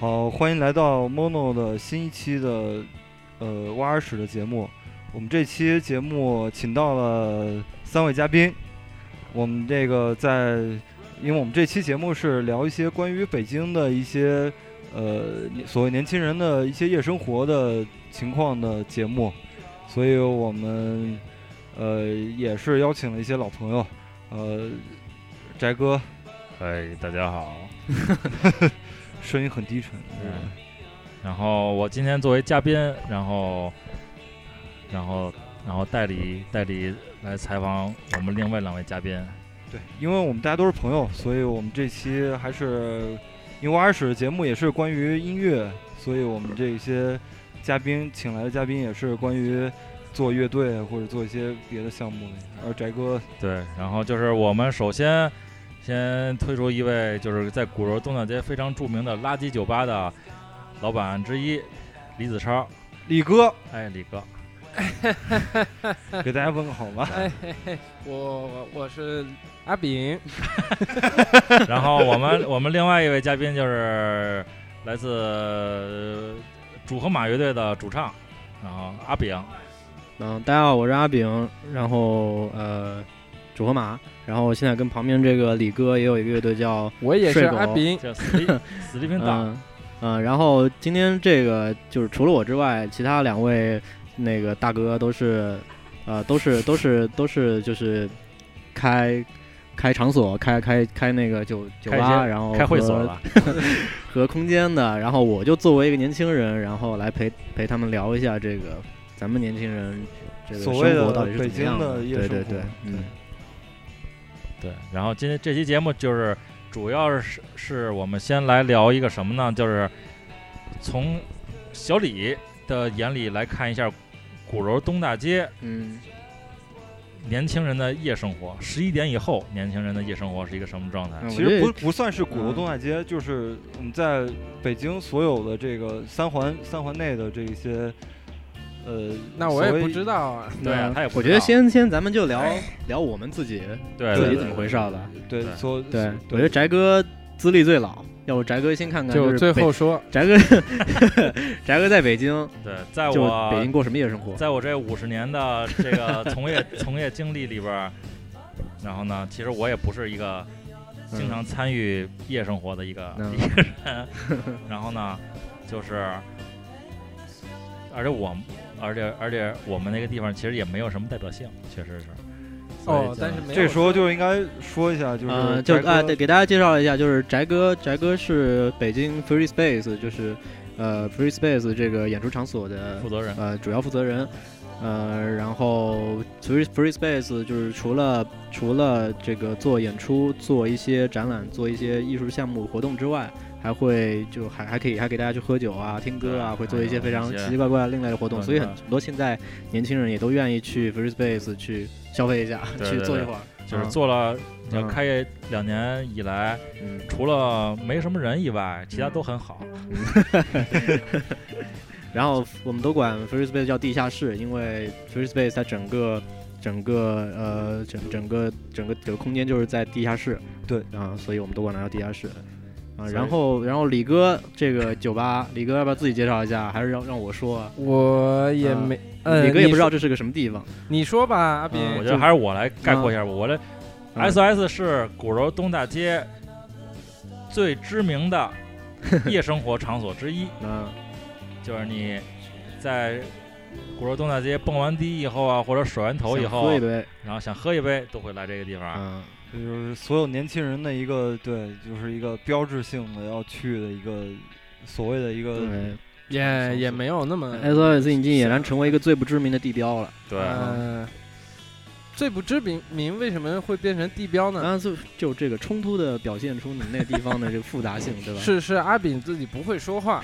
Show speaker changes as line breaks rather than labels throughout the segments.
好，欢迎来到 Mono 的新一期的呃挖耳屎的节目。我们这期节目请到了三位嘉宾，我们这个在，呃因为我们这期节目是聊一些关于北京的一些呃所谓年轻人的一些夜生活的情况的节目，所以我们呃也是邀请了一些老朋友，呃，翟哥，
哎，大家好。
声音很低沉，
嗯，然后我今天作为嘉宾，然后，然后，然后代理代理来采访我们另外两位嘉宾。
对，因为我们大家都是朋友，所以我们这期还是因为挖耳屎的节目也是关于音乐，所以我们这些嘉宾请来的嘉宾也是关于做乐队或者做一些别的项目的。而翟哥，
对，然后就是我们首先先推出一位就是在鼓楼东大街非常著名的垃圾酒吧的老板之一李子超，
李 哥
哎，李哥，
给大家问个好 吧。
我我是阿炳，
然后我 们我们另外一位嘉宾就是来自呃主河马乐队的主唱，然后阿炳，
嗯，大家好，我是阿炳，然后呃，主河马，然后现在跟旁边这个李哥也有一个乐队叫
我也是
睡狗
阿炳，
叫 Sleep Sleeping
嗯
Dog。
嗯、然后今天这个就是除了我之外，其他两位那个大哥都是呃都是都是都是就是开开场所开开开那个酒酒
开一
吧，
些
然后
开会
和
所了，
和空间的，然后我就作为一个年轻人，然后来陪陪他们聊一下这个咱们年轻人这个
所谓的
生活到底是怎么样
北京的夜生
对对
活
对，嗯
对。然后今天这期节目就是主要是是我们先来聊一个什么呢？就是从小李的眼里来看一下鼓楼东大街
嗯
年轻人的夜生活，十一点以后年轻人的夜生活是一个什么状态？
嗯，
啊其
我觉
实
得
不不算是鼓楼东大街，就是我们在北京所有的这个三环三环内的这一些，呃，
那我也
所谓
不知道啊。
对啊
嗯
他也不
我
知
觉得
道
先先咱们就聊聊我们自己
对
自
哎对
己
对
怎么回事儿吧。
对，
对
所
对，我觉得翟哥资历最老，要不翟哥先看看
就是最
北
后说，
翟哥 翟哥在北京，
对，在
就
我
北京过什么夜生活？
在我这五十年的这个从业 从业经历里边儿，然后呢，其实我也不是一个经常参与夜生活的一个、
嗯
一个人， 然后呢，就是，而且我，而且而且我们那个地方其实也没有什么代表性，确实是。所以
哦
就，
但是没有
这时候就应该说一下，就是
呃，就
翟哥
啊，对，给大家介绍一下，就是翟哥，翟哥是北京 Free Space，就是呃 Free Space 这个演出场所的
负责人，
呃主要负责人，呃，然后 Free Free Space 就是除了除了这个做演出、做一些展览、做一些艺术项目活动之外，还会就还还可以还给大家去喝酒啊、听歌啊，
对
会做一些非
还
常
有一些
奇奇怪怪另类的活动，
对
所以
对
很多现在年轻人也都愿意去 Free Space 去消费一下，
对
去
对
坐一
对
会儿，
就是
嗯
做了要
嗯
开业两年以来，
嗯
除了没什么人以外，
嗯
其他都很好。
然后我们都管 Free Space 叫地下室，因为 Free Space 它整个整个呃整整个整个整个空间就是在地下室，
对
啊，所以我们都管它叫地下室。啊，
所以
然后然后李哥这个酒吧，李哥要不要自己介绍一下？还是让让我说啊？
我也
啊
没，呃，
李哥也不知道
你
这是个什么地方。
说，你说吧，阿炳，
嗯
啊我觉得还是我来概括一下吧。我这
嗯
SOS 是鼓楼东大街最知名 的夜生活场所之一，
啊，
就是你在鼓楼东大街蹦完迪以后啊，或者甩完头以
想
后
喝，一杯
然后想喝一杯，都会来这个地方。
啊，
这就是所有年轻人的一个对，就是一个标志性的要去的一个所谓的一个
对
也也没有那么，
，SOS 已经俨然成为一个最不知名的地标了。
对，
嗯
呃，最不知名名为什么会变成地标呢？
啊，就就这个冲突的表现出你们那个地方的这个复杂性，对吧？
是是阿炳自己不会说话，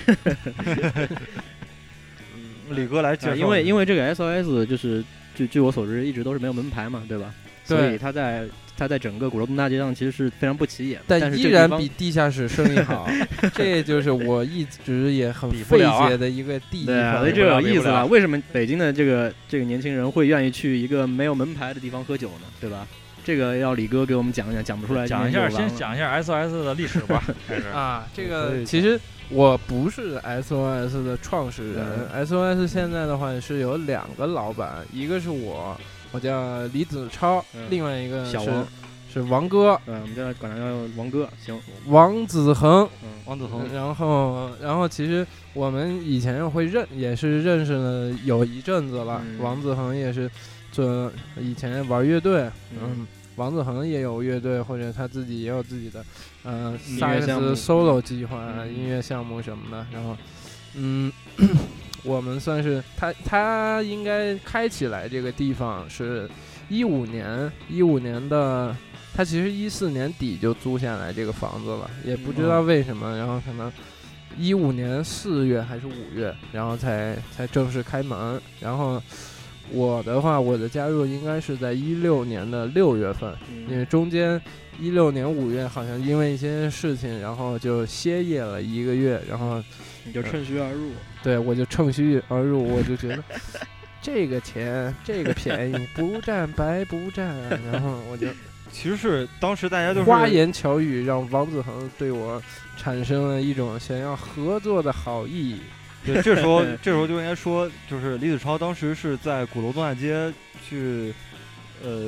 李哥来介绍、
啊因为因为这个 SOS 就是据据我所知一直都是没有门牌嘛，对吧？
对
所以它在它在整个鼓楼东大街上其实是非常不起眼的，但
但
是
依
这个
然
地方
比地下室生意好，这就是我一直也很
比不
费
了啊
解的一个地
对啊，
方
所以。这
不了
有
比
意
不
思了。
了
为什么北京的这个这个年轻人会愿意去一个没有门牌的地方喝酒呢？对吧？这个要李哥给我们讲一讲，讲不出来
讲一
今天
下，
就完
先
了。
讲一下 SOS 的历史 吧，开始。
啊，这
可
个
以
其实我不是 SOS 的创始人，SOS
嗯
现在的话是有两个老板，一个是我，我叫李子超，
嗯
另外一个
小
是
王
是王哥，
嗯，我们叫他管他叫王哥，行，
王子恒。
嗯，
王子恒
嗯然后，然后其实我们以前会认，也是认识了有一阵子了。
嗯
王子恒也是做以前玩乐队，
嗯
嗯，王子恒也有乐队，或者他自己也有自己的呃
音
萨
乐
克
项目
斯 solo 计划、啊，
嗯
音乐项目什么的。然后，嗯， 我们算是他他应该开起来这个地方是一五年一五年的，他其实一四年底就租下来这个房子了，也不知道为什么，然后可能一五年四月还是五月，然后才才正式开门。然后我的话，我的加入应该是在一六年的六月份，
嗯
因为中间一六年五月好像因为一些事情，然后就歇业了一个月，然后
你就趁虚而入，
对我就趁虚而入，我就觉得这个钱这个便宜不占白不占，啊然后 我就
其实是当时大家就是
花言巧语让王子恒对我产生了一种想要合作的好意。
对，这时 候这时候就应该说，就是李子超当时是在鼓楼东大街去，呃，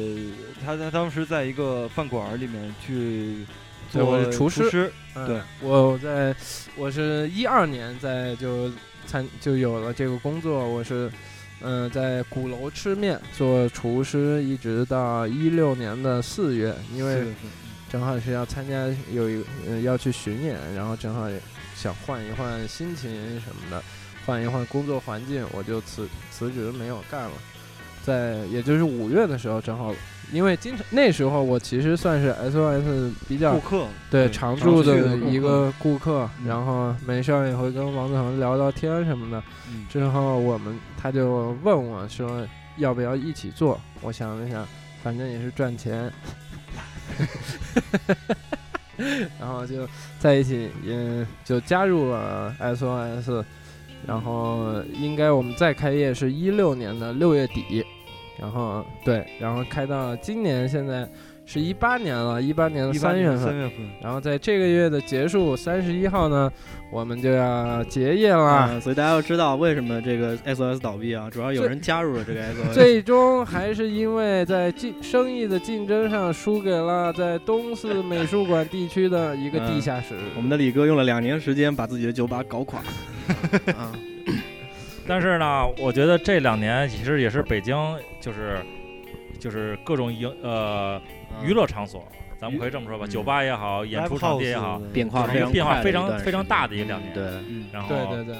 他他当时在一个饭馆里面去
对我
做
是厨师嗯
对，
我在我是一二年在就参就有了这个工作，我是嗯、呃在鼓楼吃面做厨师，一直到一六年的四月，因为
是
正好是要参加有一呃要去巡演，然后正好也想换一换心情什么的，换一换工作环境，我就辞辞职没有干了。在也就是五月的时候，正好因为经常那时候我其实算是 SOS 比较
顾客，
对
嗯
常
常
驻
去
的
的顾
一
客
个顾客，
嗯
然后没事儿也会跟王子恒聊聊天什么的。
嗯
之后我们他就问我说要不要一起做，我想了想，反正也是赚钱， 然后就在一起，也就加入了 SOS，然后应该我们再开业是一六年的六月底，然后对，然后开到今年现在是一八年了，一八年的
18
三月
年
份
三。月份，
然后在这个月的结束，三十一号呢，我们就要结业啦。
啊，所以大家要知道为什么这个 SOS 倒闭啊，主要有人加入了这个 SOS，
最终还是因为在竞生意的竞争上输给了在东四美术馆地区的一个地下室。
嗯我们的李哥用了两年时间把自己的酒吧搞垮， 啊，
嗯
但是呢，我觉得这两年其实也是北京就是就是各种营呃娱乐场所，咱们可以这么说吧，
嗯
酒吧也好，演出场地也好，，呃
变
就
化
是
非常
变化
快的
非
一
常
段时
非常
间
大的一个两年
对，
嗯，
然后
对
哦
对对，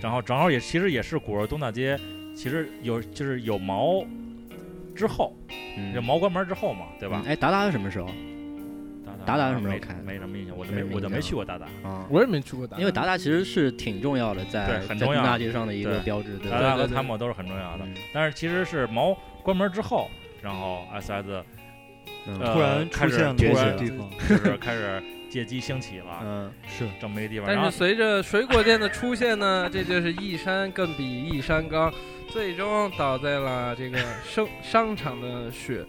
然后正好也其实也是鼓楼东大街，其实有就是有毛之后，
嗯
这毛关门之后嘛，对吧？
哎，达达是什么时候
达
达达
达
什么时候
没
开的
没什么印象，我就没
没什么
我就
印
没
象
去过达达。
啊？
我也没去过达达，
因为达达其实是挺重要的，
嗯
在
对很
在
重
东
要
大街上的一个标志，对
达
吧？
达和
对对
参谋都是很重要的，
嗯
但是其实是毛关门之后，然后 SS
嗯
呃
突然
开
出
始
现了
崛
突
起
然
了
地方，
就是开始借机兴起了，
嗯，
是
这么一个地方。然
但
后
是随着水果店的出现呢， 这就是一山更比一山高，最终倒在了这个商商场的雪。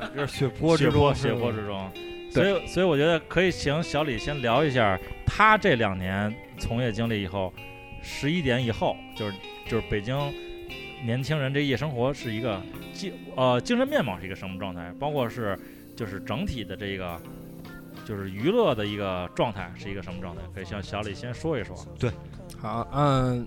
啊
这是血泊
血
之中，
泊
嗯
血
是吧
泊之中。所以，所以我觉得可以请小李先聊一下他这两年从业经历以后，十一点以后，就是就是北京年轻人这夜生活是一个精呃精神面貌是一个什么状态，包括是就是整体的这个就是娱乐的一个状态是一个什么状态，可以向小李先说一说。
好，嗯，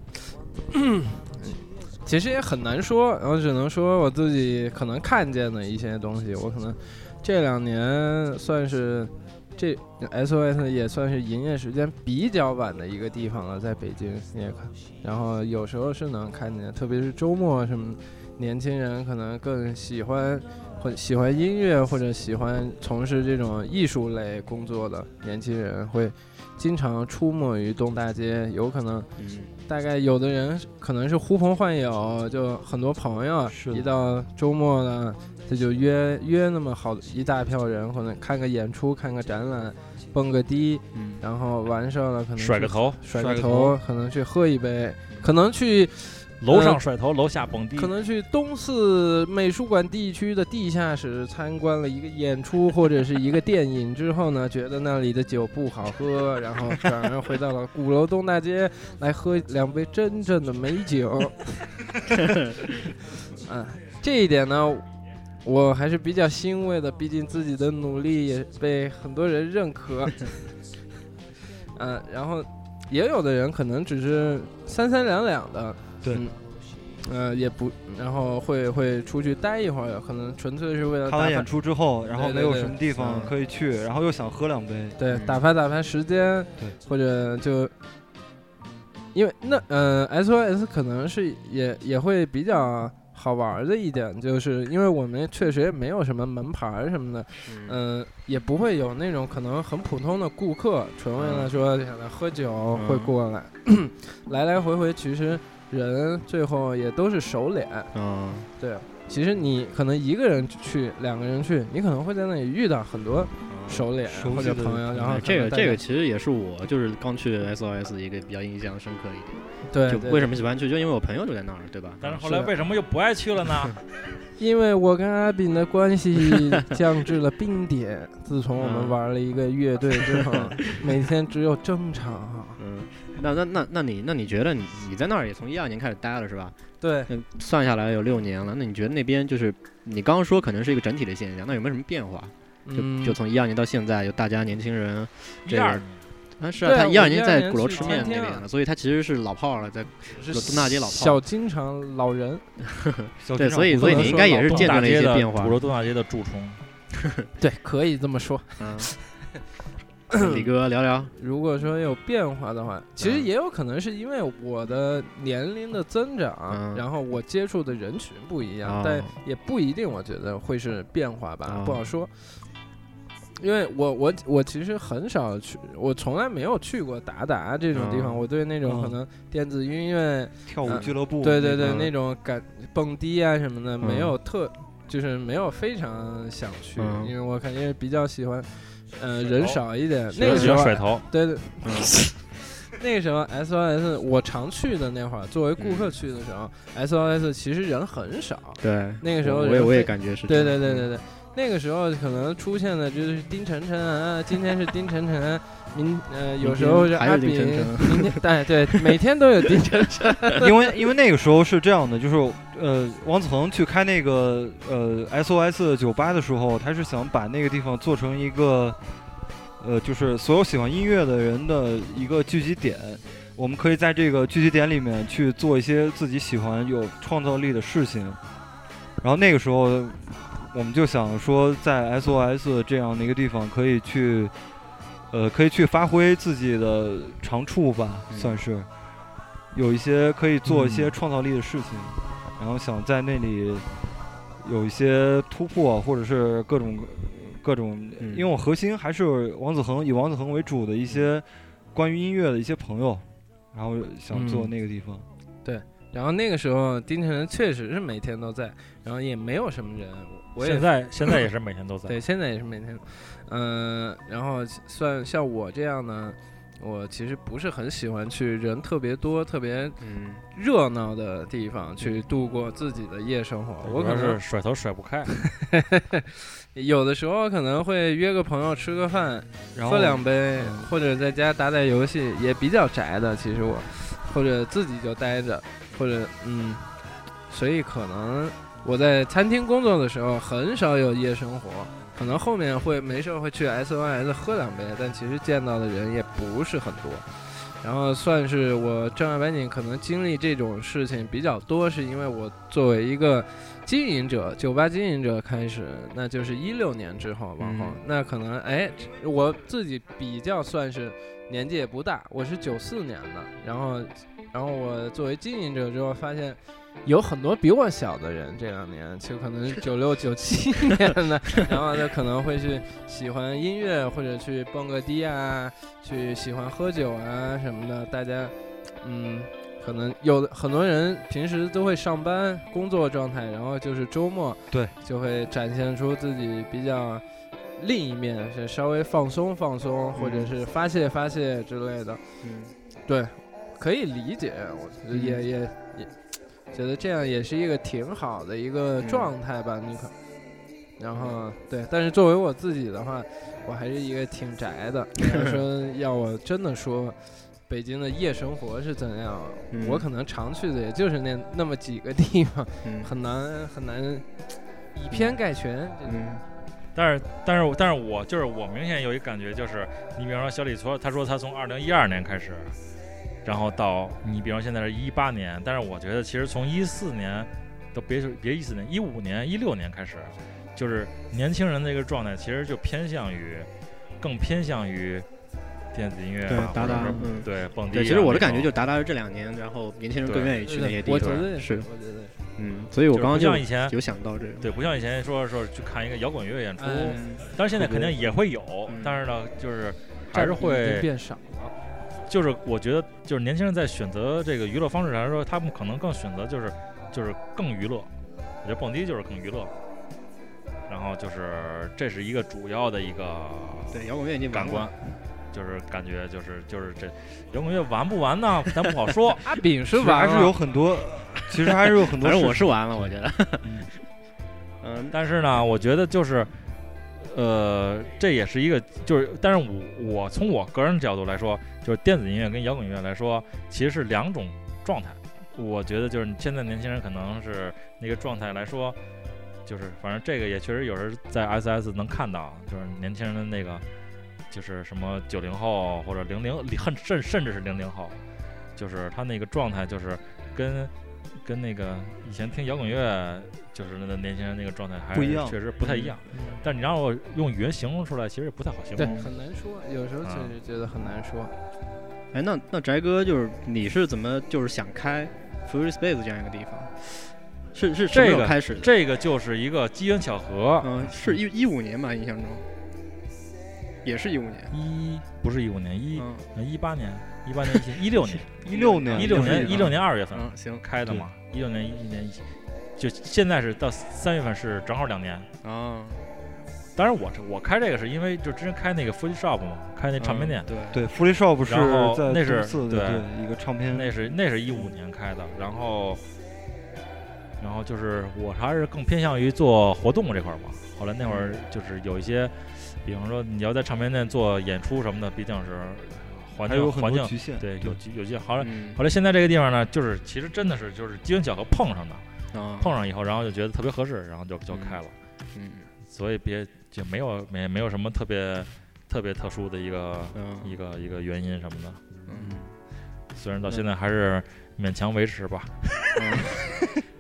其实也很难说，我只能说我自己可能看见的一些东西，我可能这两年算是这 SOS 也算是营业时间比较晚的一个地方了，在北京也看，然后有时候是能看见，特别是周末什么，年轻人可能更喜欢或喜欢音乐或者喜欢从事这种艺术类工作的年轻人，会经常出没于东大街，有可能
嗯，
大概有的人可能是呼朋唤友，就很多朋友
是，的
一到周末了，他就约约那么好一大票人，可能看个演出、看个展览、蹦个迪，
嗯，
然后完事儿了可能
甩个
去
头，
甩
甩个
个头，可能去喝一杯，可能去
楼
呃
上甩头，楼下蹦迪
可，能去东四美术馆地区的地下室参观了一个演出或者是一个电影之后呢，觉得那里的酒不好喝，然后转而回到了鼓楼东大街来喝两杯真正的美酒。啊，这一点呢，我还是比较欣慰的，毕竟自己的努力也被很多人认可。嗯、然后也有的人可能只是三三两两的，
对
嗯呃，也不，然后会会出去待一会儿，可能纯粹是为了
看
打
完
发
演出之后，然后
呃对
没
对
有
对
什么地方
嗯
可以去，然后又想喝两杯，
对，
嗯
打发打发时间，
对，
或者就因为那嗯、呃、，SOS 可能是也也会比较好玩儿的一点，就是因为我们确实也没有什么门牌儿什么的，
嗯
嗯、也不会有那种可能很普通的顾客，纯为
嗯
了说想来喝酒会过来， 来来回回其实人最后也都是熟脸，
嗯
对。其实你可能一个人去，两个人去，你可能会在那里遇到很
嗯
多熟脸
熟悉
或者
的
朋友，
人
然后
哎
可
这
能
个
大
这
家
个其实也是我就是刚去 SOS 一个比较印象深刻一点，
对，
就
对
为什么喜欢去，就因为我朋友就在那儿，对吧？
但是后
是
来
的
为什么又不爱去了呢？
因为我跟阿炳的关系降至了冰点。自从我们
嗯
玩了一个乐队之 后，每天只有争吵啊。
嗯，那那那那你那你觉得你你在那儿也从一二年开始待了是吧？
对，
嗯，算下来有六年了，那你觉得那边就是你刚刚说可能是一个整体的现象，那有没有什么变化？
嗯
就就从一二年到现在，就大家年轻人
一
这
二
个。啊是
对
啊，他
我
一二年
12
在
年
鼓楼
去
吃
餐
面那
厅
边
啊
的，所以他其实是老炮儿了，在
是
东大街老炮
小经常老人，
小
对，
剧场
所以
不
所以
能
你应
说
该
老
也是
炮
见
大
证了一
街
些
的
变化
鼓。楼东大街的蛀虫，
对，可以这么说。
嗯，跟嗯李哥聊 聊，
如果说有变化的话，其实
嗯
也有可能是因为我的年龄的增长，
嗯
然后我接触的人群不一样，
哦
但也不一定，我觉得会是变化吧，
哦
不好说。因为我我我其实很少去，我从来没有去过达达这种地方。
哦
我对那种
哦
可能电子音乐，
跳舞
嗯
俱乐部，
对对对，
嗯
那种感蹦迪啊什么的，没
嗯
有特就是没有非常想去，
嗯
因为我肯定比较喜欢，呃，
甩
人
头
少一点。那
喜欢
个时候啊
甩头，
对对，
嗯
那个时候 SOS 我常去的那会儿，作为顾
嗯
客去的时候、s o s 其实人很少。
对，
那个时候
我
人
我也我也
非
感觉是这
对
样，嗯
对对对对，那个时候可能出现的就是丁晨晨啊，今天是丁晨晨，明呃有时候是
还有
阿炳，
丁晨晨
明天哎对对，每天都有丁晨晨。
因为因为那个时候是这样的，就是呃，王子恒去开那个呃 SOS 的酒吧的时候，他是想把那个地方做成一个呃，就是所有喜欢音乐的人的一个聚集点。我们可以在这个聚集点里面去做一些自己喜欢、有创造力的事情。然后那个时候，我们就想说，在 SOS 这样的一个地方，可以去，呃，可以去发挥自己的长处吧，
嗯
算是有一些可以做一些
嗯
创造力的事情，然后想在那里有一些突破，或者是各种各种，
嗯
因为我核心还是王子恒，以王子恒为主的一些关于音乐的一些朋友，然后想做
嗯
那个地方。
然后那个时候丁晨晨确实是每天都在，然后也没有什么人，我也
现在现在也是每天都在。
对，现在也是每天，嗯、然后算像我这样呢，我其实不是很喜欢去人特别多、特别
嗯，
热闹的地方去度过自己的夜生活。我
主
可
要是
能
甩头甩不 开，
有的时候可能会约个朋友吃个饭，
然后
喝两杯
嗯，
或者在家打打游戏，也比较宅的。其实我，或者自己就待着，或者嗯，所以可能我在餐厅工作的时候很少有夜生活，可能后面会没事儿会去 SOS 喝两杯，但其实见到的人也不是很多。然后算是我正儿八经可能经历这种事情比较多，是因为我作为一个经营者，酒吧经营者开始，那就是一六年之后往后，
嗯
那可能哎，我自己比较算是年纪也不大，我是九四年的，然后然后我作为经营者之后发现。有很多比我小的人，这两年就可能九六九七年的，然后就可能会去喜欢音乐，或者去蹦个迪啊，去喜欢喝酒啊什么的。大家，嗯，可能有的很多人平时都会上班工作状态，然后就是周末
对
就会展现出自己比较另一面，是稍微放松放松，或者
嗯
是发泄发泄之类的。
嗯
对，可以理解，我觉得也、
嗯
也也觉得这样也是一个挺好的一个
嗯
状态吧，你可。然后对，但是作为我自己的话，我还是一个挺宅的。要 说要我真的说，北京的夜生活是怎样，
嗯
我可能常去的也就是那那么几个地方，
嗯
很难很难以偏概全。
嗯
但是，但是，但是我就是我明显有一感觉，就是你比方说小李说，他说他从二零一二年开始，然后到你比方现在是一八年，但是我觉得其实从一四年，都别说别一四年，一五年、一六年开始，就是年轻人这个状态其实就偏向于，更偏向于电子音乐、啊，
对
或者
达达
是
嗯
对蹦迪啊、
对，其实我的
那
感觉
种
就是达达是这两年，然后年轻人更
对
愿意去那些地
我
方。
觉得也
是
我，觉得也是
嗯，所以我
就是
刚刚
不
就
像以前。
有想到这个。
对，不像以前说说去看一个摇滚乐演出，
哎
嗯，
但是现在肯定也会有，
嗯
但是呢，就是还是
占比已经
会
变少。。
就是我觉得，就是年轻人在选择这个娱乐方式来说，他们可能更选择就是就是更娱乐。我觉得蹦迪就是更娱乐，然后就是这是一个主要的一个
对，摇滚乐已经
感
玩
官
过。，
就是感觉就是就是这摇滚乐玩不玩呢？咱不好说
阿炳啊是
其实还
玩
是有很多，其实还是有很多
反
事
正
情。
我是玩了，我觉得。
嗯
嗯，
但是呢，我觉得就是呃，这也是一个就是，但是我我从我个人角度来说，就是电子音乐跟摇滚乐来说，其实是两种状态。我觉得就是你现在年轻人可能是那个状态来说，就是反正这个也确实有人在 SS 能看到，就是年轻人的那个就是什么九零后或者零零甚甚甚至是零零后，就是他那个状态就是跟跟那个以前听摇滚乐就是那个年轻人那个状态还是
不一样
确实不太一样。
嗯
但你让我用语言形容出来，其实也不太好形
对，
容。
很难说，有时候确
啊
实觉得很难说。
哎，那那翟哥就是你是怎么就是想开 Free Space 这样一个地方？是是什么
这
时候
个
开始的？
这个就是一个机缘巧合，
嗯，是一一五年吧，印象中，也是一五年。
一不是一五年，一
嗯
一八年，一八年一七一六年，
一六年，
一六
就是
年一六年二月份
嗯，行
开的嘛，一六年一一年一起，就现在是到三月份是正好两年。
啊，
当然我这我开这个是因为就之前开那个 Fuji Shop 嘛，开那唱片店
嗯，
对
对
f r e e Shop 是
然后
在
那是
东四
对
的对一个唱片
那是那是一五年开的，然后，然后就是我还是更偏向于做活动这块儿嘛。后来那会
嗯
儿就是有一些，比方说你要在唱片店做演出什么的，毕竟是环
还有
境
很
环境
多局限。
对有局有些。后来
嗯
后来现在这个地方呢，就是其实真的是就是机缘巧合碰上的，
嗯
啊，
碰上以后，然后就觉得特别合适，然后就就
嗯
开了。
嗯
所以别就没有没没有什么特别特别特殊的一个一
嗯
个一个原因什么的。
嗯。
虽然到现在还是勉强维持吧。
嗯，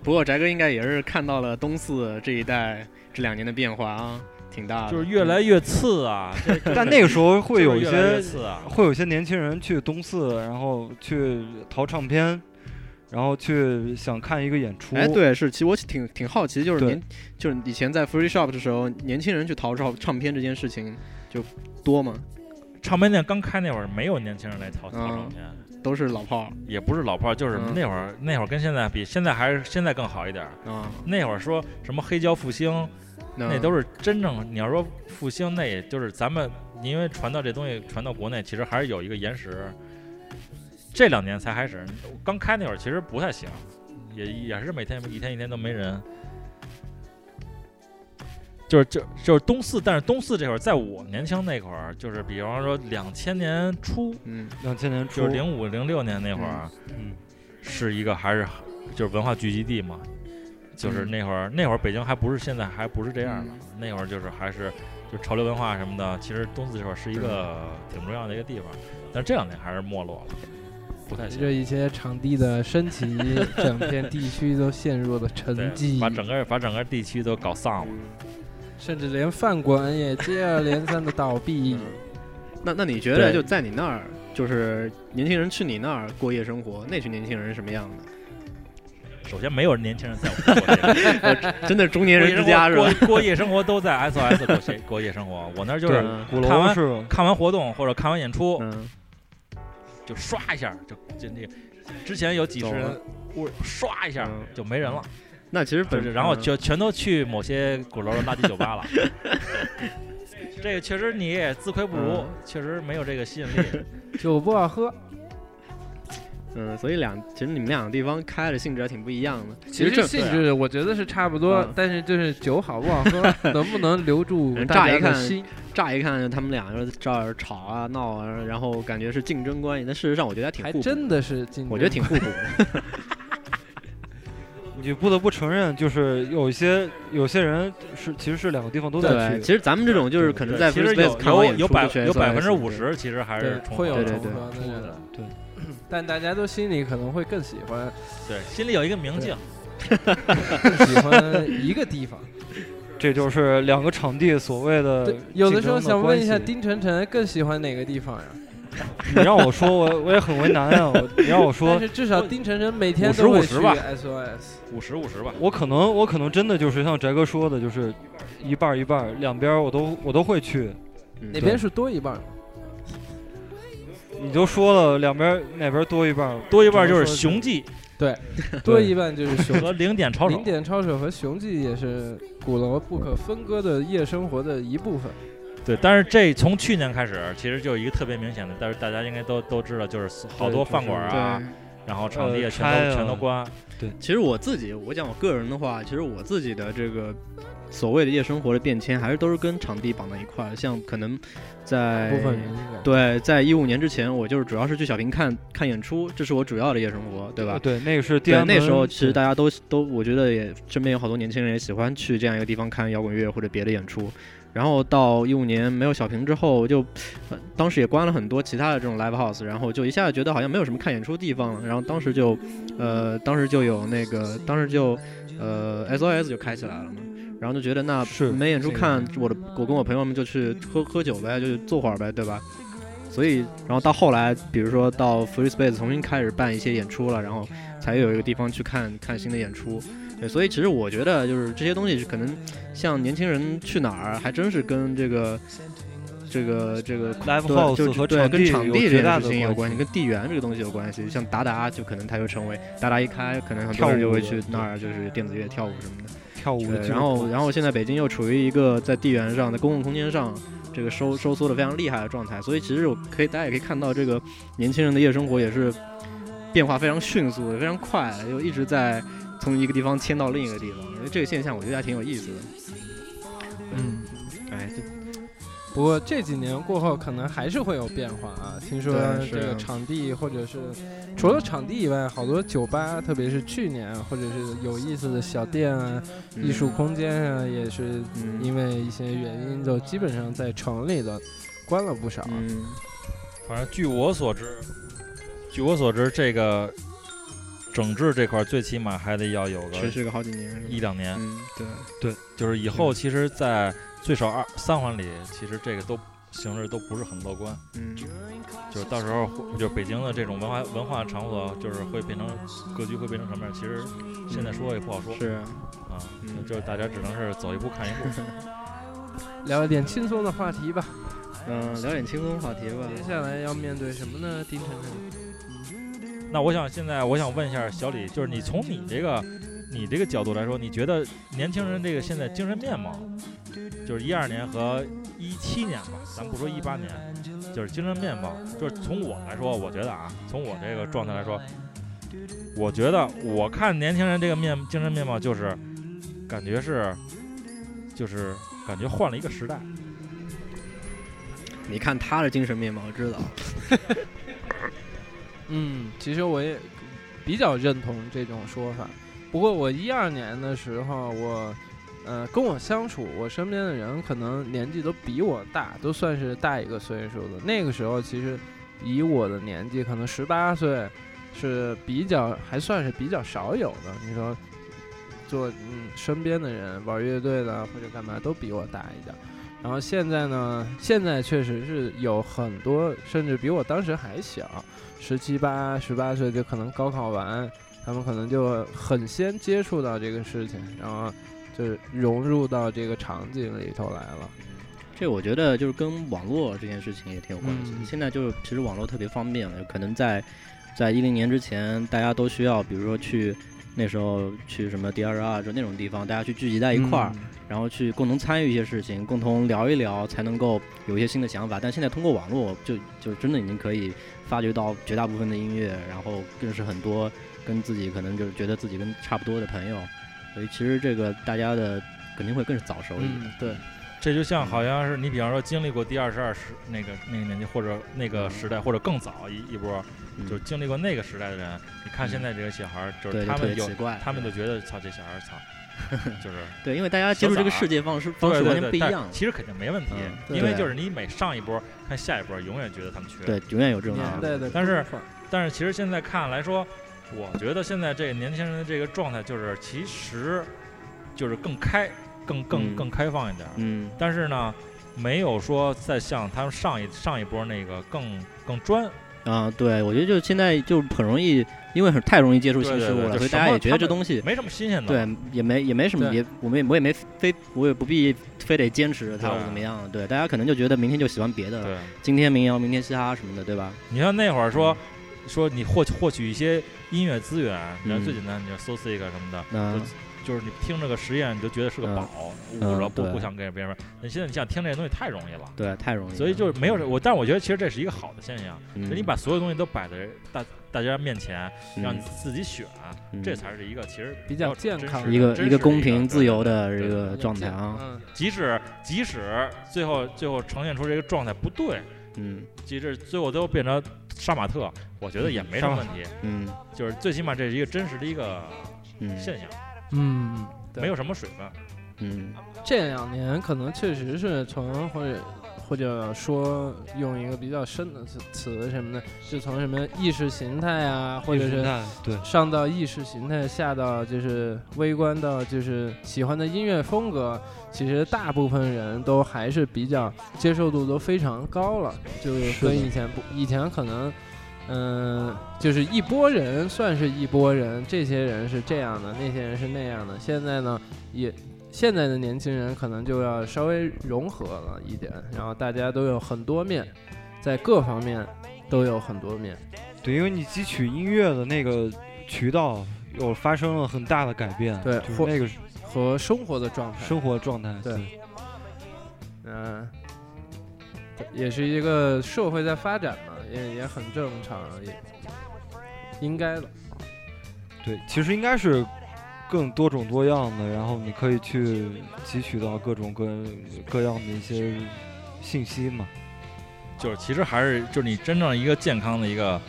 不过翟哥应该也是看到了东四这一代这两年的变化啊，挺大的，
就是越来越次 啊，这
但那个时候会有一
就是越来越
些
次啊，
会有一些年轻人去东四，然后去淘唱片，然后去想看一个演出。
哎，对，是，其实我挺挺好奇，就是
对
年，就是以前在 Free Shop 的时候，年轻人去淘唱唱片这件事情就多吗？
唱片店刚开那会儿，没有年轻人来淘淘
嗯
唱片，
都是老炮
也不是老炮儿，就是
嗯
那会儿、那会儿跟现在比，现在还是现在更好一点儿。
儿啊，
那会儿说什么黑胶复兴，
嗯
那都
是
是真正你要说复兴，那也就是咱们因为传到这东西传到国内，其实还是有一个延时。这两年才开始，刚开那会儿其实不太行，也也是每天一天一天都没人。就是就就是东四，但是东四这会儿，在我年轻那会儿，就是比方说两千年初，
嗯
两千年初
就是零五零六年那会儿，
嗯
是一个还是就是文化聚集地嘛，就是
嗯
那会儿、那会儿北京还不是现在还不是这样的，
嗯
那会儿就是还是就潮流文化什么的，其实东四这会儿是一个挺重要的一个地方，但是这两年还是没落了，不太
随
行
着。一些场地的升级，整片地区都陷入了沉
对
寂，，
把整个把整个地区都搞丧
嗯
了。
甚至连饭馆也接二连三的倒闭
嗯
嗯。那那你觉得
对
就在你那儿就是年轻人去你那儿过夜生活，那群年轻人是什么样的？
首先没有年轻人在我们过夜
真的是中年人之家
过夜
是
生
吧？
活过过夜生活都在 SOS 过夜过夜生活，我那儿就是
嗯
鼓
看
楼
完
是
看完活动或者看完演出，
嗯，
就刷一下，就就那个之前有几十
走
人
了，
我刷一下
嗯
就没人了，
那其实
就
本
是然后
嗯
就全都去某些鼓楼的垃圾酒吧了。这个确实你也自愧不如
嗯，
确实没有这个吸引力。
酒不好喝，
嗯，所以两其实你们两个地方开的性质还挺不一样的。
其实
这
性质我觉得是差不多
啊嗯，
但是就是酒好不好喝，能不能留住
嗯
大
乍
家
一看
的心？
乍一看他们俩就是这儿吵啊闹啊，然后感觉是竞争关系，但事实上我觉得还挺
还
互补，
真的是竞争，
我觉得挺互补的。
嗯
你不得不承认，就是有一些有些人是其实是两个地方都在去
对，
的。
其实咱们这种就是可能在
其实有
Freespace 看完
有
演
有
出
百
就去 SOS
有百分之五，十其实还
对
是重
会有
合
对
的
对
重合的这种，
对，
但大家都心里可能会更喜欢
对，心里有一个明镜。
更喜欢一个地方。
这就是两个场地所谓的
对，有的时候
呃竞争
想问一下
关系
丁晨晨更喜欢哪个地方呀？
你让我说，我我也很为难啊。我你让我
但
说，
是至少丁晨晨每天
50
都会去
50吧
SOS。
五十五十吧，
我可能我可能真的就是像翟哥说的，就是一半儿一半儿，两边儿我都我都会去。
哪
嗯
边是多一半？
你就说了两边儿哪边儿多一半儿，
多一半就是
只能
雄
说
记
多一半就是 熊。
和零点抄手
零。点抄手和雄记也是鼓楼不可分割的夜生活的一部分。
对，但是这从去年开始，其实就有一个特别明显的，但是大家应该都都知道，就是好
对就
多
是
饭馆啊，
对，
然后场地也
呃
全都、
拆啊
全都关。
其实我自己，我讲我个人的话，其实我自己的这个所谓的夜生活的变迁，还是都是跟场地绑在一块儿。像可能在
部分人应该
对，在一五年之前，我就是主要是去小平看看演出，这是我主要的夜生活，对吧？
对，那个是
对
店，
那时候其实大家都都，我觉得也身边有好多年轻人也喜欢去这样一个地方看摇滚乐或者别的演出。然后到一五年没有小平之后，就、呃当时也关了很多其他的这种 live house，然后就一下子觉得好像没有什么看演出地方了。然后当时就，呃，当时就有那个，当时就，呃，SOS 就开起来了嘛。然后就觉得那
是
没演出
这个
看，我的我跟我朋友们就去喝喝酒呗，就坐会儿呗，对吧？所以，然后到后来，比如说到 Free Space 重新开始办一些演出了，然后才有一个地方去看看新的演出。对，所以其实我觉得就是这些东西是可能像年轻人去哪儿，啊还真是跟这个这个这个
live
对
house
就
和
对跟
场
场
有
地
绝
这
大
件
的
事情有关系，
系。
跟地缘这个东西有关系。像达达就可能它就成为达达一开，可能很多人
跳
就
舞
会
的
去
对
那儿就是电子乐跳舞什么的。
跳舞的机
对，
会，
然后然后现在北京又处于一个在地缘上、在公共空间上这个收收缩的非常厉害的状态，所以其实我可以大家也可以看到，这个年轻人的夜生活也是变化非常迅速的、非常快的，又一直在从一个地方迁到另一个地方，因为这个现象我觉得还挺有意思的。
嗯，
哎，这
不过这几年过后，可能还是会有变化啊。听说
对是
这个场地或者是除了场地以外，好多酒吧，特别是去年或者是有意思的小店啊、
嗯
艺术空间啊，也是
嗯
因为一些原因，就基本上在城里的关了不少。啊
嗯，
反正据我所知，据我所知，这个整治这块儿最起码还得要有个
持续个好几年是吧
一两年，
嗯，对，
就是以后其实，在最少二三环里，其实这个都形势都不是很乐观。
嗯，
就是到时候会，就是北京的这种文化文化场所，就是会变成格局会变成什么样？其实现在说也不好说
是啊，
啊，
嗯
就是大家只能是走一步看一步。
聊一点轻松的话题吧。
嗯，聊点轻松话题吧。
接下来要面对什么呢？丁晨晨，
那我想现在我想问一下小李，就是你从你这个你这个角度来说，你觉得年轻人这个现在精神面貌，就是一二年和一七年吧，咱不说一八年，就是精神面貌，就是从我来说，我觉得啊，从我这个状态来说，我觉得我看年轻人这个面精神面貌，就是感觉是就是感觉换了一个时代。
你看他的精神面貌，我知道。
嗯，其实我也比较认同这种说法。不过我一二年的时候，我呃跟我相处，我身边的人可能年纪都比我大，都算是大一个岁数的。那个时候其实以我的年纪，可能十八岁是比较还算是比较少有的。你说做嗯身边的人玩乐队的或者干嘛都比我大一点。然后现在呢，现在确实是有很多，甚至比我当时还小，十七八、十八岁就可能高考完，他们可能就很先接触到这个事情，然后就是融入到这个场景里头来了。
这我觉得就是跟网络这件事情也挺有关系。
嗯
现在就是其实网络特别方便了，可能在在一零年之前，大家都需要，比如说去那时候去什么 DRR 就那种地方，大家去聚集在一块儿，
嗯
然后去共同参与一些事情，共同聊一聊，才能够有一些新的想法。但现在通过网络就，就真的已经可以发掘到绝大部分的音乐，然后认识很多跟自己可能就是觉得自己跟差不多的朋友，所以其实这个大家的肯定会更早熟一点。
嗯，对，
这就像好像是你，比方说经历过第二十二时那个那个年纪，或者那个时代，或者更早一一波，
嗯
就经历过那个时代的人，你看现在这些小孩儿，就是
对，
他
就特别
们有
奇，怪，
他们
对
就觉得操这小孩儿操， 就是
对，因为大家接触这个世界方式方式
啊对对
完全
对
不一
但
样。
其实肯定没问题，
嗯对
因为就是你每上一波看下一波，永远觉得他们缺。
对，永远有这
嗯
种啊
年
想法
代的，
但是但是其实现在看来说，我觉得现在这个年轻人的这个状态，就是其实就是更开、更更
嗯
更开放一点儿。
嗯，
但是呢，没有说再像他们上一上一波那个更更专，
啊，对，我觉得就现在就很容易，因为很太容易接触新
对对
事物
对
了，
就
所以
什
大家
么
也觉
他
得这
们
东西
没什么新鲜的。
对，也没也没什么，
对
也我们也我也没非我也不必非得坚持它
对
或怎么样，对，大家可能就觉得明天就喜欢别的，
对，
今天民谣，明天嘻哈什么的，对吧？
你像那会儿说。说你获取获取一些音乐资源，你看
嗯
最简单，你就搜 C 啊个什么的，
嗯
就就是你听这个实验，你就觉得是个
嗯
宝，捂
嗯
着不
对
不想给别人玩。你现在你想听这些东西太容易了，
对，太容易了，
所以就是没有我，但是我觉得其实这是一个好的现象，
嗯
就你把所有东西都摆在大大家面前，让你
嗯
自己选，
嗯
这才是一个其实
比较
真
健
实
康
的
一个
真
一个
实
公平自由。
对对
的
对
这
对
个状态啊，
嗯，
即使即使最后最后呈现出这个状态不对，
嗯
即使最后都变成杀马特，我觉得也没什么问题。
嗯
就是最起码这是一个真实的一个
嗯
现象，
嗯，对
没有什么水分。
嗯
这两年可能确实是从或者或者说用一个比较深的词词什么的，是从什么意识形态啊，或者是
对，
上到意识形态，下到就是微观到就是喜欢的音乐风格，其实大部分人都还是比较接受度都非常高了，就是
是的
跟以前不以前可能。嗯，就是一波人算是一波人，这些人是这样的，那些人是那样的。现在呢，也现在的年轻人可能就要稍微融合了一点，然后大家都有很多面，在各方面都有很多面。
对，因为你汲取音乐的那个渠道有发生了很大的改变，
对
就是
或
那个
和生活的状态。
生活状态，
对嗯、也是一个社会在发展嘛，也也很正常，也应该的。
对，其实应该是更多种多样的，然后你可以去汲取到各种各各样的一些信息嘛。
就是其实还是就是你真正一个健康的一个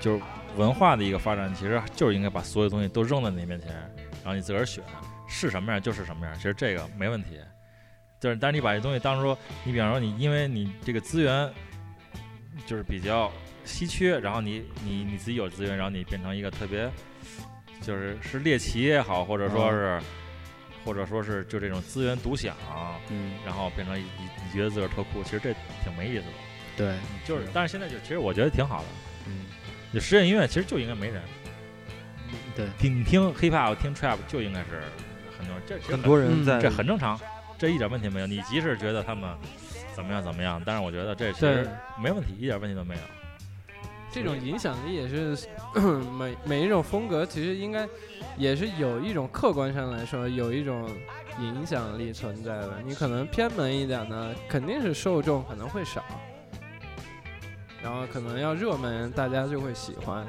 就是文化的一个发展，其实就是应该把所有东西都扔在你面前，然后你自个儿选是什么样就是什么样。其实这个没问题，就是但是你把这东西当说，你比方说你因为你这个资源就是比较稀缺，然后你你你自己有资源，然后你变成一个特别就是是猎奇也好，或者说是、或者说是就这种资源独享。
嗯，
然后变成你你你觉得自个儿特酷，其实这挺没意思的。
对，
嗯就是
是，
但是现在就其实我觉得挺好的。
嗯
就实验音乐其实就应该没人，
对。
听你听 hiphop 听 trap 就应该是很多人，这其实
很多人
嗯
在
这很正常，这一点问题没有。你即使觉得他们怎么样怎么样，但是我觉得这其
对
实，没问题，一点问题都没有。
这种影响力也是 每每一种风格，其实应该也是有一种客观上来说有一种影响力存在的。你可能偏门一点呢，肯定是受众可能会少，然后可能要热门，大家就会喜欢。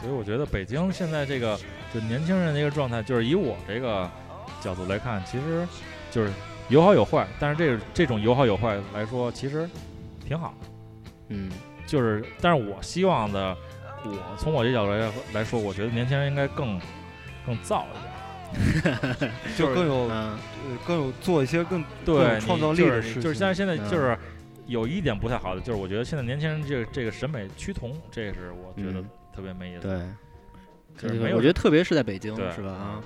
所以我觉得北京现在这个就年轻人的一个状态，就是以我这个角度来看，其实就是有好有坏，但是这个这种有好有坏来说，其实挺好。
嗯，
就是，但是我希望的，我从我这角度来来说，我觉得年轻人应该更更造一点。
就
就是
更有
嗯，
呃更有做一些更更
对，
有创
你
造力
就
的
是
事情，
就是但是现在
嗯
就是有一点不太好的，就是我觉得现在年轻人这个这个审美趋同，这是我觉得
嗯
特别没意思。
对，
就是没有
我觉得特别是在北京
对
是吧？啊，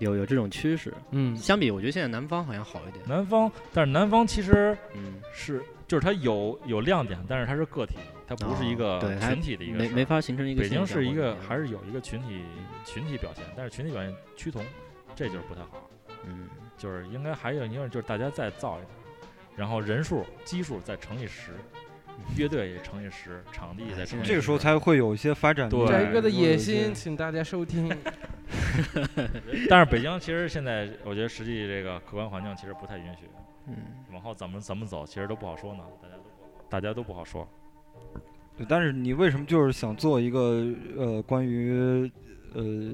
有有这种趋势。
嗯
相比，我觉得现在南方好像好一点。
南方，但是南方其实
嗯，
是就是它有有亮点，但是它是个体，它不是一个
哦对它
群体的一个
没
事儿
没法形成一个
北
现象
京
或
是
者
一
怎么
个
样。
还是有一个群体群体表现，但是群体表现趋同，这就是不太好。
嗯
就是应该还有一个就是大家再造一点，然后人数基数再乘以十，乐队也乘以十，场地再乘以
这个时候才会有一些发展。
对
宅哥的野心，
有一些
请大家收听。
10。但是北京其实现在我觉得实际这个客观环境其实不太允许，
嗯，
往后怎么怎么走其实都不好说呢，大家都不大家都不好说。
对但是你为什么就是想做一个呃关于呃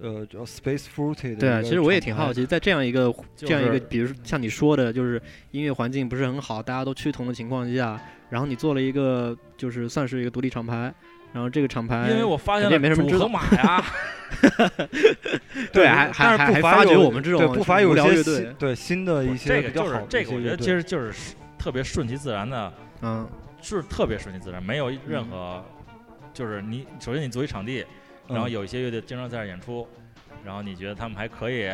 呃叫 space fruity 的一个
对啊，其实我也
厂
挺
牌
好奇，在这样一个
就
这样一个，
是
比如说像你说的，就是音乐环境不是很好，大家都趋同的情况下，然后你做了一个就是算是一个独立厂牌，然后这个厂牌
因为我发现
肯定没
了
什么
主
知
河
道
马呀，
对还
但是
还还还
不乏
发掘
有
我们这种
对不乏
无
有一
聊乐
些
队
新对新的 一些
这个
比较
就
好
是
的
这
一
个，
些
我觉得
乐
其
队
实就是特别顺其自然的，
嗯
是特别顺其自然，没有任
嗯
何就是你首先你足一场地。然后
嗯
有一些乐队经常在这儿演出，然后你觉得他们还可以，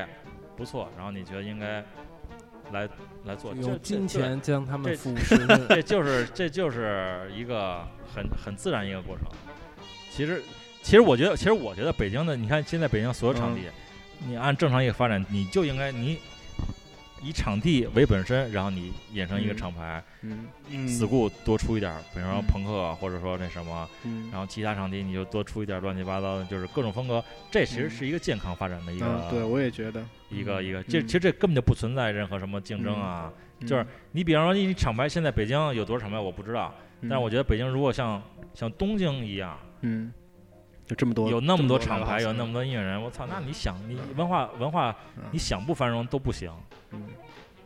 不错，然后你觉得应该来来做，这
用金，钱将他们
这
腐蚀
这
的。
这就是这就是一个很很自然一个过程。其实其实我觉得，其实我觉得北京的，你看现在北京所有场地，你按正常一个发展，你就应该你以场地为本身，然后你衍生一个
嗯
厂牌、
嗯
s
嗯
c h o o l 多出一点儿，比如说
嗯
朋克、啊或者说那什么。
嗯，
然后其他场地你就多出一点乱七八糟的，就是各种风格，这其实
嗯
是一个健康发展的一个、
嗯，对我也觉得，
一个
嗯
一个，这其实这根本就不存在任何什么竞争啊。就是
嗯，
你比方说你厂牌现在北京有多少厂牌我不知道，但是我觉得北京如果像像东京一样，
嗯，就这么多，
有那么多
这
厂牌，有那
么
么
多
多音乐人，我操，那你想你
嗯
文化文化
嗯
你想不繁荣都不行，
嗯，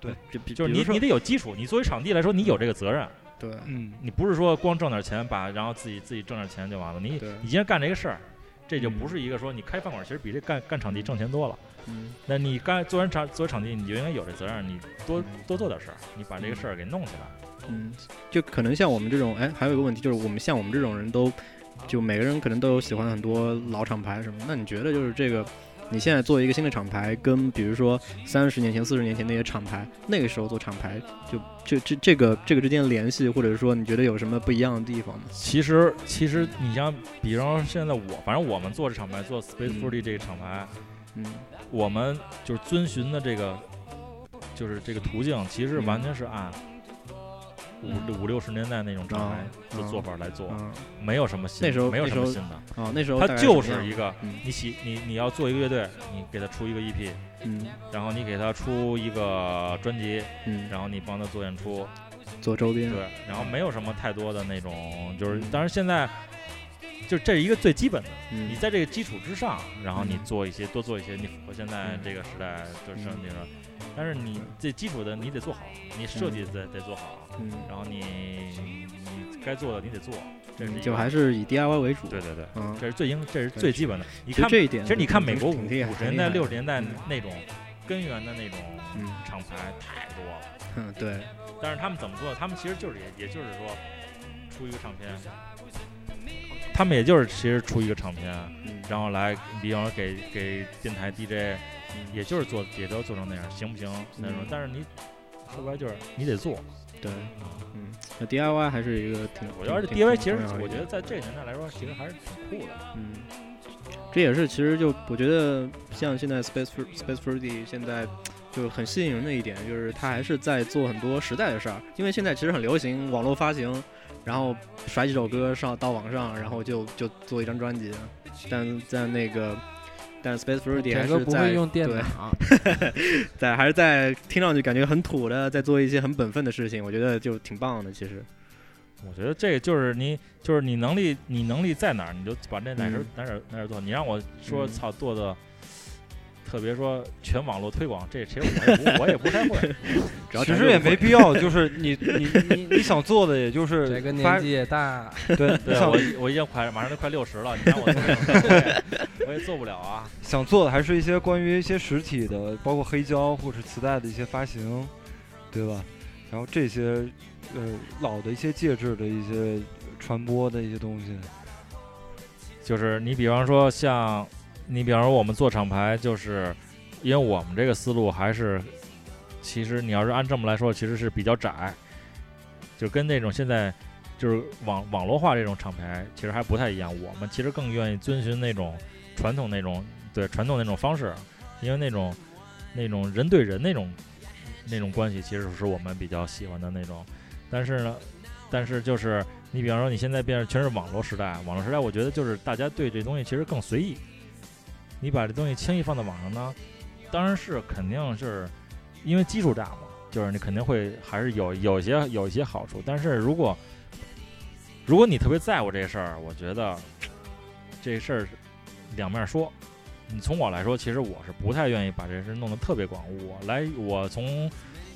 对，
就比
就是
比
你
如说
你得有基础，你作为场地来说你有这个责任，
对，
嗯
你不是说光挣点钱把然后自己自己挣点钱就完了，你
对
你既然干这个事儿，这就不
嗯
是一个说你开饭馆，其实比这干干场地挣钱多了。
嗯
那你干做完场做完场地，你就应该有这责任，你多
嗯
多做点事儿，你把这个事儿给弄起来。
嗯，就可能像我们这种，哎，还有一个问题就是我们像我们这种人都，就每个人可能都有喜欢很多老厂牌什么，那你觉得就是这个？你现在做一个新的厂牌，跟比如说三十年前、四十年前那些厂牌，那个时候做厂牌，就这这这个这个之间的联系，或者说你觉得有什么不一样的地方吗？
其实其实你像，比方说现在我，反正我们做这厂牌，做 Space
嗯
Forty 这个厂牌，
嗯
我们就是遵循的这个就是这个途径，其实
嗯
完全是按五
嗯
六五六十年代那种厂牌
啊
的做法来做，
啊
没有什么新的，
那时候
没有什么
那时候
新的，
啊，那时候
它
大概
就
什么
是
样
一个
嗯
你喜你你要做一个乐队，你给他出一个 EP，
嗯
然后你给他出一个专辑，
嗯
然后你帮他做演出，
做周边，
啊对，然后没有什么太多的那种，就是当然现在就这是一个最基本的，
嗯
你在这个基础之上，然后你
嗯
做一些多做一些你符合现在这个时代就是
嗯
那个，但是你这基础的你得做好，你设计得得做好，
嗯，
然后你你该做的你得做，这是一
嗯就
个
还是以 DIY 为主，
对对对，
嗯，
这是最应这是
对
最基本的。你
其实
看，
这一点，
其实你看美国五
挺
五
厉害，
十年代六十
年，
年代
嗯
那种根源的那种
嗯
厂牌太多了。
嗯， 对，
但是他们怎么做？他们其实就是也也就是说，出一个唱片，他们也就是其实出一个唱片，
嗯，
然后来，比方说给给电台 DJ，也就是做也都做成那样，行不行？再说
嗯，
但是你说白了就是你得做。
对，嗯，那 DIY 还是一个挺，
我觉得
挺
DIY
挺
其实
重要的一
我觉
点
得在这个年代来说，其实还是挺酷的。
嗯，这也是其实就我觉得像现在 Space Fru- Space Fruity 现在就很吸引人的一点，就是它还是在做很多时代的事儿，因为现在其实很流行网络发行，然后甩几首歌上到网上，然后就就做一张专辑，但在那个。但 Space Fruity 还
宅哥
是
不
在
会用电
对
脑，
在还是在听上去感觉很土的，在做一些很本分的事情，我觉得就挺棒的。其实，
我觉得这个就是你就是你能力你能力在哪儿，你就把这哪事儿
嗯
哪事儿哪事儿做。你让我说
嗯
操做的。特别说全网络推广，这其实我也不我也不太 会，
只要
其
宅
实
哥
也
不
没
会
必要，就是你你你你想做的，也就
宅
是发
哥年纪也大，
对，你
对
想
我我已经快马上都快六十了，你让我做这种事儿我也我也做不了啊。
想做的还是一些关于一些实体的，包括黑胶或是磁带的一些发行，对吧？然后这些呃老的一些介质的一些传播的一些东西，
就是你比方说像，你比方说我们做厂牌，就是因为我们这个思路还是，其实你要是按这么来说，其实是比较窄，就跟那种现在就是网网络化这种厂牌其实还不太一样。我们其实更愿意遵循那种传统那种对传统那种方式，因为那种那种人对人那种那种关系，其实是我们比较喜欢的那种。但是呢，但是就是你比方说你现在变成全是网络时代，网络时代我觉得就是大家对这东西其实更随意，你把这东西轻易放在网上呢，当然是肯定是因为基数大嘛，就是你肯定会还是有有一些有一些好处，但是如果如果你特别在乎这事儿，我觉得这事儿两面说。你从我来说，其实我是不太愿意把这事弄得特别广。我来，我从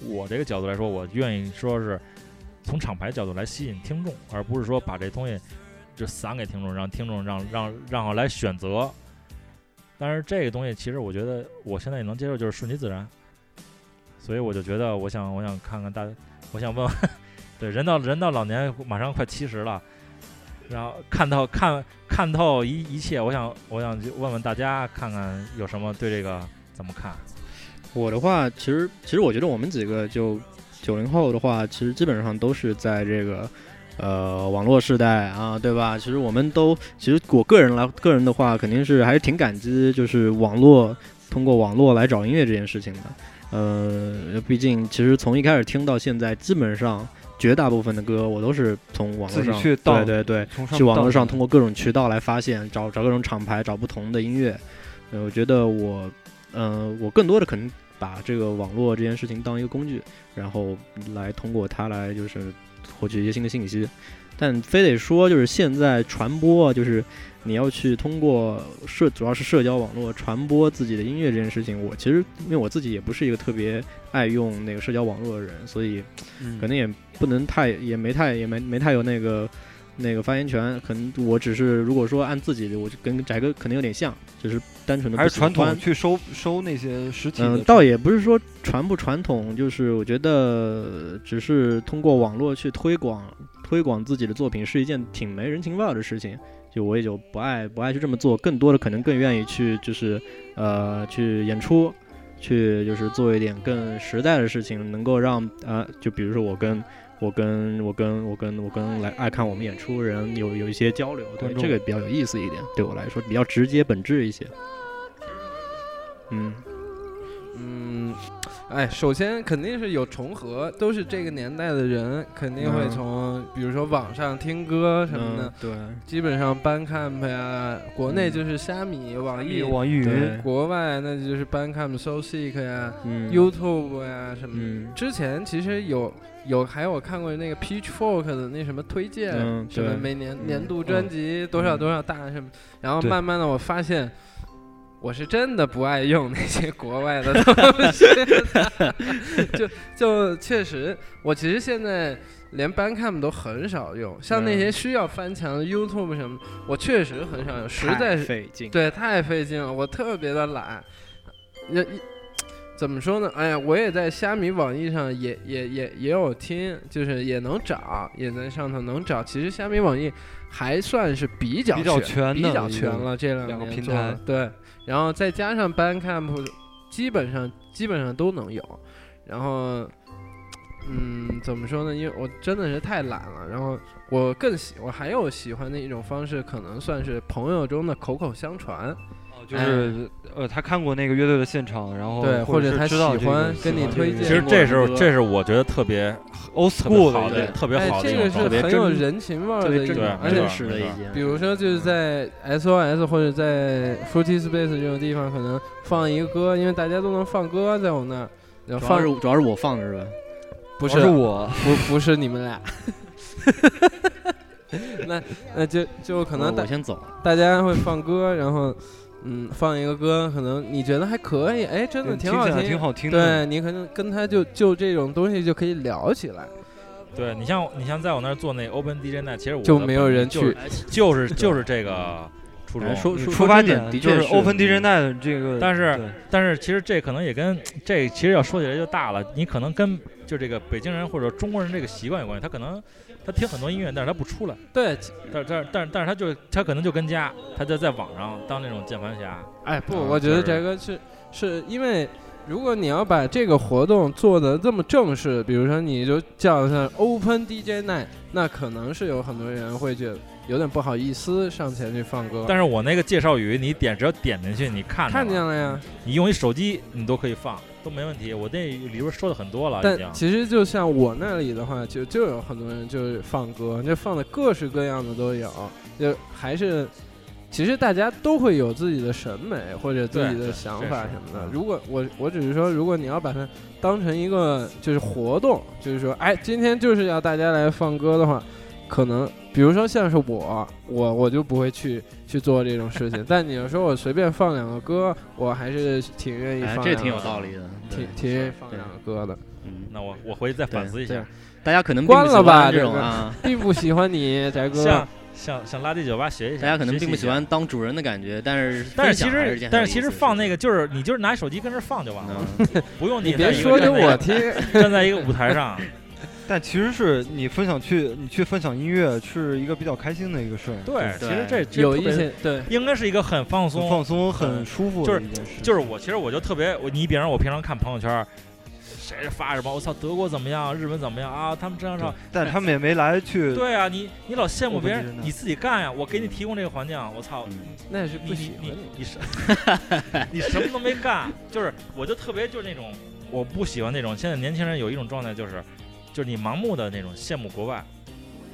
我这个角度来说，我愿意说是从厂牌角度来吸引听众，而不是说把这东西就散给听众，让听众让让让我来选择。但是这个东西其实我觉得我现在也能接受，就是顺其自然。所以我就觉得，我想我想看看大，我想问 问，对人到人到老年，马上快七十了，然后看透看看透一一切，我想我想就问问大家，看看有什么对这个怎么看？
我的话，其实其实我觉得我们几个就九零后的话，其实基本上都是在这个呃网络时代啊，对吧？其实我们都，其实我个人来个人的话，肯定是还是挺感激，就是网络通过网络来找音乐这件事情的。呃，毕竟其实从一开始听到现在，基本上绝大部分的歌我都是从网络
自己
上
去
对
盗
对对，
从
去网络
到
上
底
通过各种渠道来发现，找找各种厂牌，找不同的音乐。呃，我觉得我，呃，我更多的可能把这个网络这件事情当一个工具，然后来通过它来就是获取一些新的信息。但非得说就是现在传播，啊就是你要去通过社，主要是社交网络传播自己的音乐这件事情，我其实因为我自己也不是一个特别爱用那个社交网络的人，所以
嗯
可能也不能太，也没太，也没没太有那个那个发言权。可能我只是如果说按自己的，我就跟翟哥可能有点像，只是单纯的
还是传统
欢。
去收收那些实体的
嗯，
传，
倒也不是说传不传统，就是我觉得只是通过网络去推广推广自己的作品是一件挺没人情味儿的事情。就我也就不爱不爱去这么做，更多的可能更愿意去就是呃去演出，去就是做一点更实在的事情，能够让啊、就比如说我跟我跟我跟我跟我跟来爱看我们演出人有有一些交流，对
观众
这个比较有意思一点，对我来说比较直接本质一些。嗯，
嗯，哎，首先肯定是有重合，都是这个年代的人，肯定会
嗯
从比如说网上听歌什么的，
嗯，对。
基本上 Bandcamp 呀、国内
嗯
就是虾米、网易
比，网易云
对，
国外那就是 Bandcamp、SoSick 呀、
嗯
YouTube 呀什么的。
嗯
之前其实有有还有看过那个 Pitchfork 的那什么推荐，
嗯
什么
对
每年
嗯
年度专辑多少
嗯
多少大什么，然后
对
慢慢的我发现。我是真的不爱用那些国外 的东西， 就就确实，我其实现在连 Bandcamp 都很少用，像那
嗯
些需要翻墙的 YouTube 什么，我确实很
嗯
少用，实在是
费劲。
对，太费劲了，我特别的懒。也一怎么说呢？哎呀，我也在虾米、网易上也也也也有听，就是也能找，也在上头能找。其实虾米、网易还算是比较
比较
全、
全
比
的
较
一个
全了，啊这两
两个
年
平
做的
台
对，然后再加上 Bandcamp，基本上基本上都能有。然后，嗯，怎么说呢？因为我真的是太懒了。然后我更喜，我还有喜欢的一种方式，可能算是朋友中的口口相传，
哦就是呃，他看过那个乐队的现场，然后
对，
或
或者
是
他
知道
喜
这个
欢跟你
这个
推荐
其实这是这是我觉得特别
old
特别
school
好
的
的
一个
特别
哎，
好的
这
一
个
种
是
状态。
别
很有
真
人情味儿
特
的
别
一
真
种
对，
而
没
且
错
真实的一件。
比如说就是在 SOS 或者在 Fruity Space 这种地方，可能放一个歌，因为大家都能放歌，在我那儿，然后
主要
放
是主要是我放的是吧？
不
主要
是
是我，
不不是你们俩。那那就就可能
我
大
哦我先走了。
大家会放歌，然后嗯放一个歌，可能你觉得还可以，哎，真的挺好
起来
听，
挺好听的。
对你可能跟他就就这种东西就可以聊起来，
对你像你像在我那儿做那 Open DJ 那，其实我
就
的
没有
本意
人
就是
去，
就是就是这个初衷
哎。说说
出发
真
点
的
就
确
是 Open
敌
DJ
人
Night 这个，
但是
对
但是其实这可能也跟这其实要说起来就大了，你可能跟就这个北京人或者中国人这个习惯有关系。他可能他听很多音乐，但是他不出来，
对，
但但但但是他就他可能就跟家，他就在网上当那种键盘侠。
哎，不，
啊
我觉得
就是
这个是是因为，如果你要把这个活动做得这么正式，比如说你就叫它 Open DJ Night，那可能是有很多人会觉得有点不好意思上前去放歌。
但是我那个介绍语，你点只要点进去，你看
看
见
见
了，嗯
了呀，
你用一手机你都可以放，都没问题。我那里边说的很多了，已
但
经。
其实就像我那里的话，就就有很多人就是放歌，就放的各式各样的都有，就还是。其实大家都会有自己的审美或者自己
对
的
对
想
这
法
是
什么的
嗯。
如果我我只是说，如果你要把它当成一个就是活动，就是说，哎，今天就是要大家来放歌的话，可能比如说像是我，我我就不会去去做这种事情。但你要说我随便放两个歌，我还是挺愿意
哎，
放两个，
这挺有道理的，对
挺挺愿意放两个歌的。
嗯，
那我我回去再反思一
对
下。，
大家可能并
关
不喜
了吧
欢这
这
种
个
啊，
并不喜欢你，翟哥
像。像像垃圾酒吧学一下，
大家可能
学习
并不喜
一下
欢当主人的感觉，但是
但
分
是
享
其
还是一
实
件很
但
有意
是
思
其
的
实
事
放那
情
个就是你就是拿手机跟那儿放就完了，
嗯
不用
你
在
别
一个
说
站在
给
一
我
个
听，
站在一个舞台上，
但其实是你分享去你去分享音乐是一个比较开心的一个事儿，
对，其实这这
有
特
一
别
些对，
应该是一个很放
很
松，
放松、很
嗯
舒服
就
的
是
一件事。
就是我其实我就特别我你比方说我平常看朋友圈。谁发什么？我操，德国怎么样？日本怎么样啊？他们这样
对
上，
但他们也没来去，
对啊，你你老羡慕别
我不知
人
道，
你自己干呀、我给你提供这个环境，啊我操，
嗯
那是
你
不喜
你
欢
你
你。
你什 你什么都没干，就是我就特别就是那种我不喜欢那种现在年轻人有一种状态就是就是你盲目的那种羡慕国外，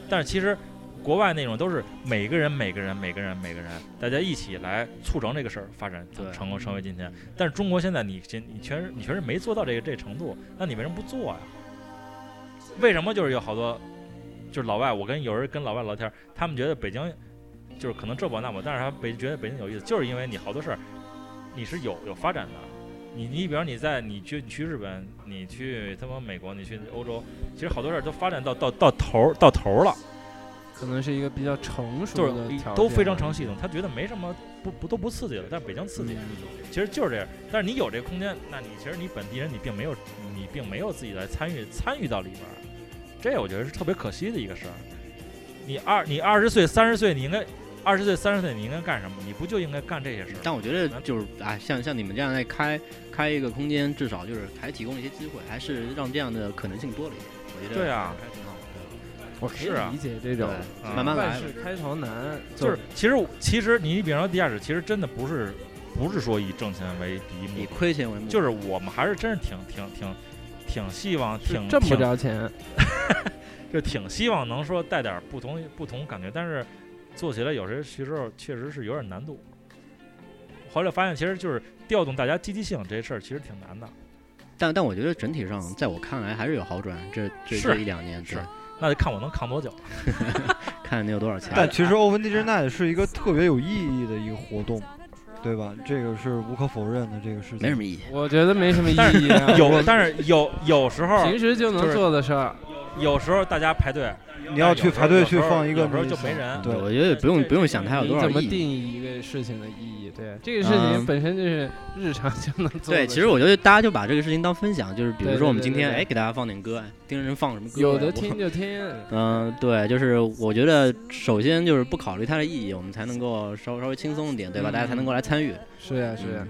但是其实国外那种都是每个人每个人每个人每个人大家一起来促成这个事儿发展
对
成功成为今天，但是中国现在你其你确实你确实没做到这个这个程度，那你为什么不做呀？为什么就是有好多就是老外，我跟有人跟老外聊天，他们觉得北京就是可能这不那不，但是他北觉得北京有意思，就是因为你好多事儿你是有有发展的。你你比方你在你去你去日本，你去他妈美国，你去欧洲，其实好多事儿都发展到到到头儿到头儿了，
可能是一个比较成熟
就是
的条件，啊
都非常成系统。他觉得没什么不不都不刺激了，但北京刺
嗯
激，其实就是这样。但是你有这个空间，那你其实你本地人你并没有你并没有自己来参与参与到里边儿，这我觉得是特别可惜的一个事儿。你二你二十岁三十岁你应该二十岁三十岁你应该干什么？你不就应该干这些事儿吗？
但我觉得就是啊，像像你们这样在开开一个空间，至少就是还提供一些机会，还是让这样的可能性多了一些。我觉得
对啊
还挺好的。
我可以
是啊
理解这
对
种
嗯
慢慢
万
来。
事开头难，
就是其实我其实你比方说地下室，其实真的不是不是说以挣钱为第一目
以
的，
亏钱为目的，
就是我们还是真是挺挺挺挺希望挺
挣不
挺
着钱，
就挺希望能说带点儿不同不同感觉，但是做起来有些其实确实是有点难度。后来发现，其实就是调动大家积极性这事儿，其实挺难的。
但但我觉得整体上，在我看来还是有好转。这这
是
这一两年，
是
对
那就看我能扛 多久。
看你有多少钱。
但其实 Open DJ Night 是一个特别有意义的一个活动，对吧？这个是无可否认的这个事情。
没什么意义。
我觉得没什么意
但
义
哎
啊。
有
我，
但是有有时候，
平时就能
就是
做的事儿，
有时候大家排队，哎
你要去排队去放一个
有时候
你
就没人
对，
嗯我觉得不用
这
不用想它有
你
多少
怎么
意
定
义。
义一个事情的意义？对，这个事情
嗯
本身就是日常就能做的事。
对，其实我觉得大家就把这个事情当分享，就是比如
对
说
对
我们
对
今
对
天
对
哎给大家放点歌，哎盯人放什么歌，
有的
我
听就听，
嗯，对，就是我觉得首先就是不考虑它的意义，我们才能够稍稍微轻松一点，对吧？
嗯
大家才能够来参与，
是
嗯
呀是呀。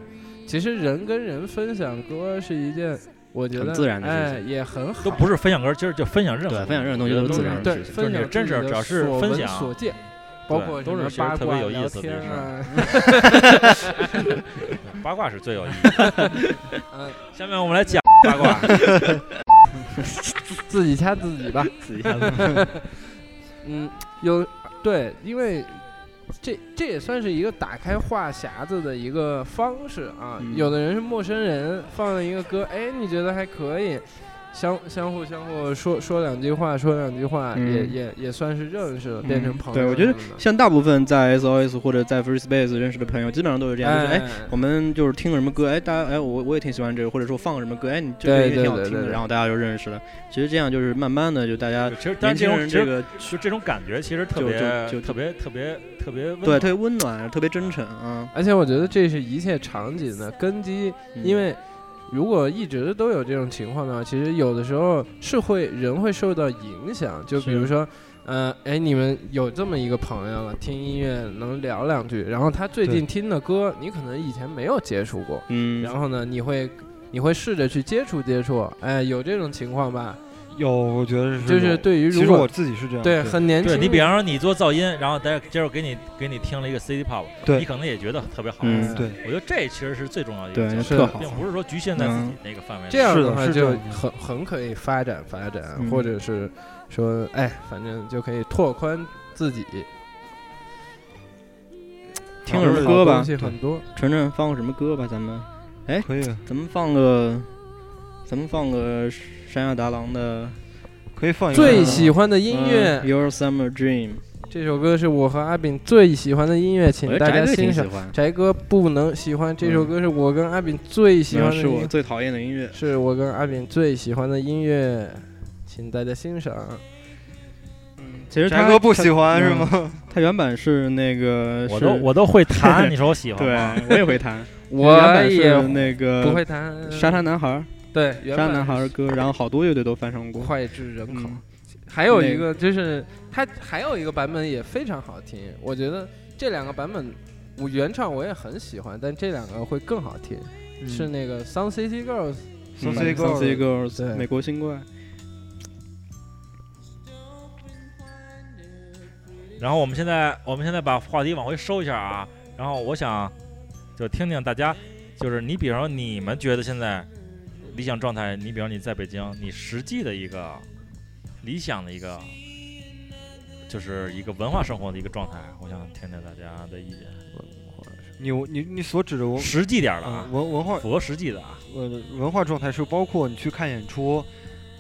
其实人跟人分享歌是一件，我觉
很
得
自然的事
哎，也很好。
都不是分享歌，其实就分享任何
对分享任何东西都是自然的
对
事，情
分
就是
享
你真
自己
是
的
只要是
所
分
闻
享
所见，包括
都
什么
是其实
八
特
卦
别有意
聊
思的
天
事儿。
啊，
八卦是最有意 义的。
嗯，
下面我们来讲八卦。
自己掐自己吧。
自己看
嗯，有对，因为这这也算是一个打开话匣子的一个方式啊。
嗯
有的人是陌生人，放了一个歌，哎，你觉得还可以。相相互相互说说两句话，说两句话，
嗯
也也也算是认识了，
嗯
变成朋友
对，
什
我
么的。
觉得像大部分在 SOS 或者在 Free Space 认识的朋友，基本上都是这样，就是哎，
嗯
我们就是听了什么歌，哎，大家哎，我我也挺喜欢这个，或者说放了什么歌，哎，你这个
对
也挺好
对对
听
对
的，
对
然后大家就认识了。其实这样就是慢慢的，就大家
其实，但
年
是这
轻
种
人
其
这
实
个
就这种感觉，其实特
就
别
就就
特别特别特别温
对
暖
特别温暖，特别真诚啊。
而且我觉得这是一切场景的根基，
嗯
因为如果一直都有这种情况的话，其实有的时候是会人会受到影响。就比如
是
说，呃，哎，你们有这么一个朋友了，听音乐能聊两句，然后他最
对
近听的歌，你可能以前没有接触过，
嗯，
然后呢，你会你会试着去接触接触，哎，有这种情况吧？
有，我觉得是
就
有，
是对于
其
如
实我
果
自己是这样，
对
对，
很年轻
对
人，
你，比方说你做噪音，然后待会儿接着给你给你听了一个 City Pop，
对
你可能也觉得特别好。
嗯
对
我觉得这其实是最重要的一
对
个角，色，
是
特好嗯
并。不是说局限在自己那个范围内。
这样
是
的
的
话
是这
就
样的
很很可以发展发展，
嗯
或者是说，哎，反正就可以拓宽自己。
听
会
什
儿
么
老
歌
东
吧，
西很多，
晨晨放个什么歌吧，咱们
可以
咱们放个，咱们放个山下达郎的
可以放一个
最喜欢的音乐
嗯、Your Summer Dream，
这首歌是我和阿炳最喜欢的音乐，
我
请
觉得
大
宅
家
哥挺
欣
喜
赏。
欢，
翟哥不能喜欢这首歌，是我跟阿炳最喜欢
那
的
嗯啊是
音
我
乐，
最讨厌的音乐。
是我跟阿炳最喜欢的音乐，请大家欣赏。
其实
翟
他
哥不喜
他
欢是
嗯
吗？
他原版是那个，
我
是
都我都会 弹，你说我喜欢
对
吗？
我也会 弹，
我
原版
也
是那个
不会弹
沙滩男孩儿，
对
沙
呃原
滩
版
男孩儿歌，然后好多乐队都翻 唱过。
脍炙人口。
嗯
还有
那
一个就是它还有一个版本也非常好听，我觉得这两个版本我原唱我也很喜欢，但这两个会更好听。是那个《Sun City Girls》，
Sun
嗯
City Girls
Sun City Girls，
对
美国新怪，
然后我们现在我们现在把话题往回收一下啊，然后我想就听听大家，就是你比方说你们觉得现在理想状态，你比方你在北京，你实际的一个理想的一个就是一个文化生活的一个状态，我想听听大家的意见，
你你你所指的文
实际点儿的
嗯
啊，
文文化
符合实际的啊，
呃文化状态是包括你去看演出、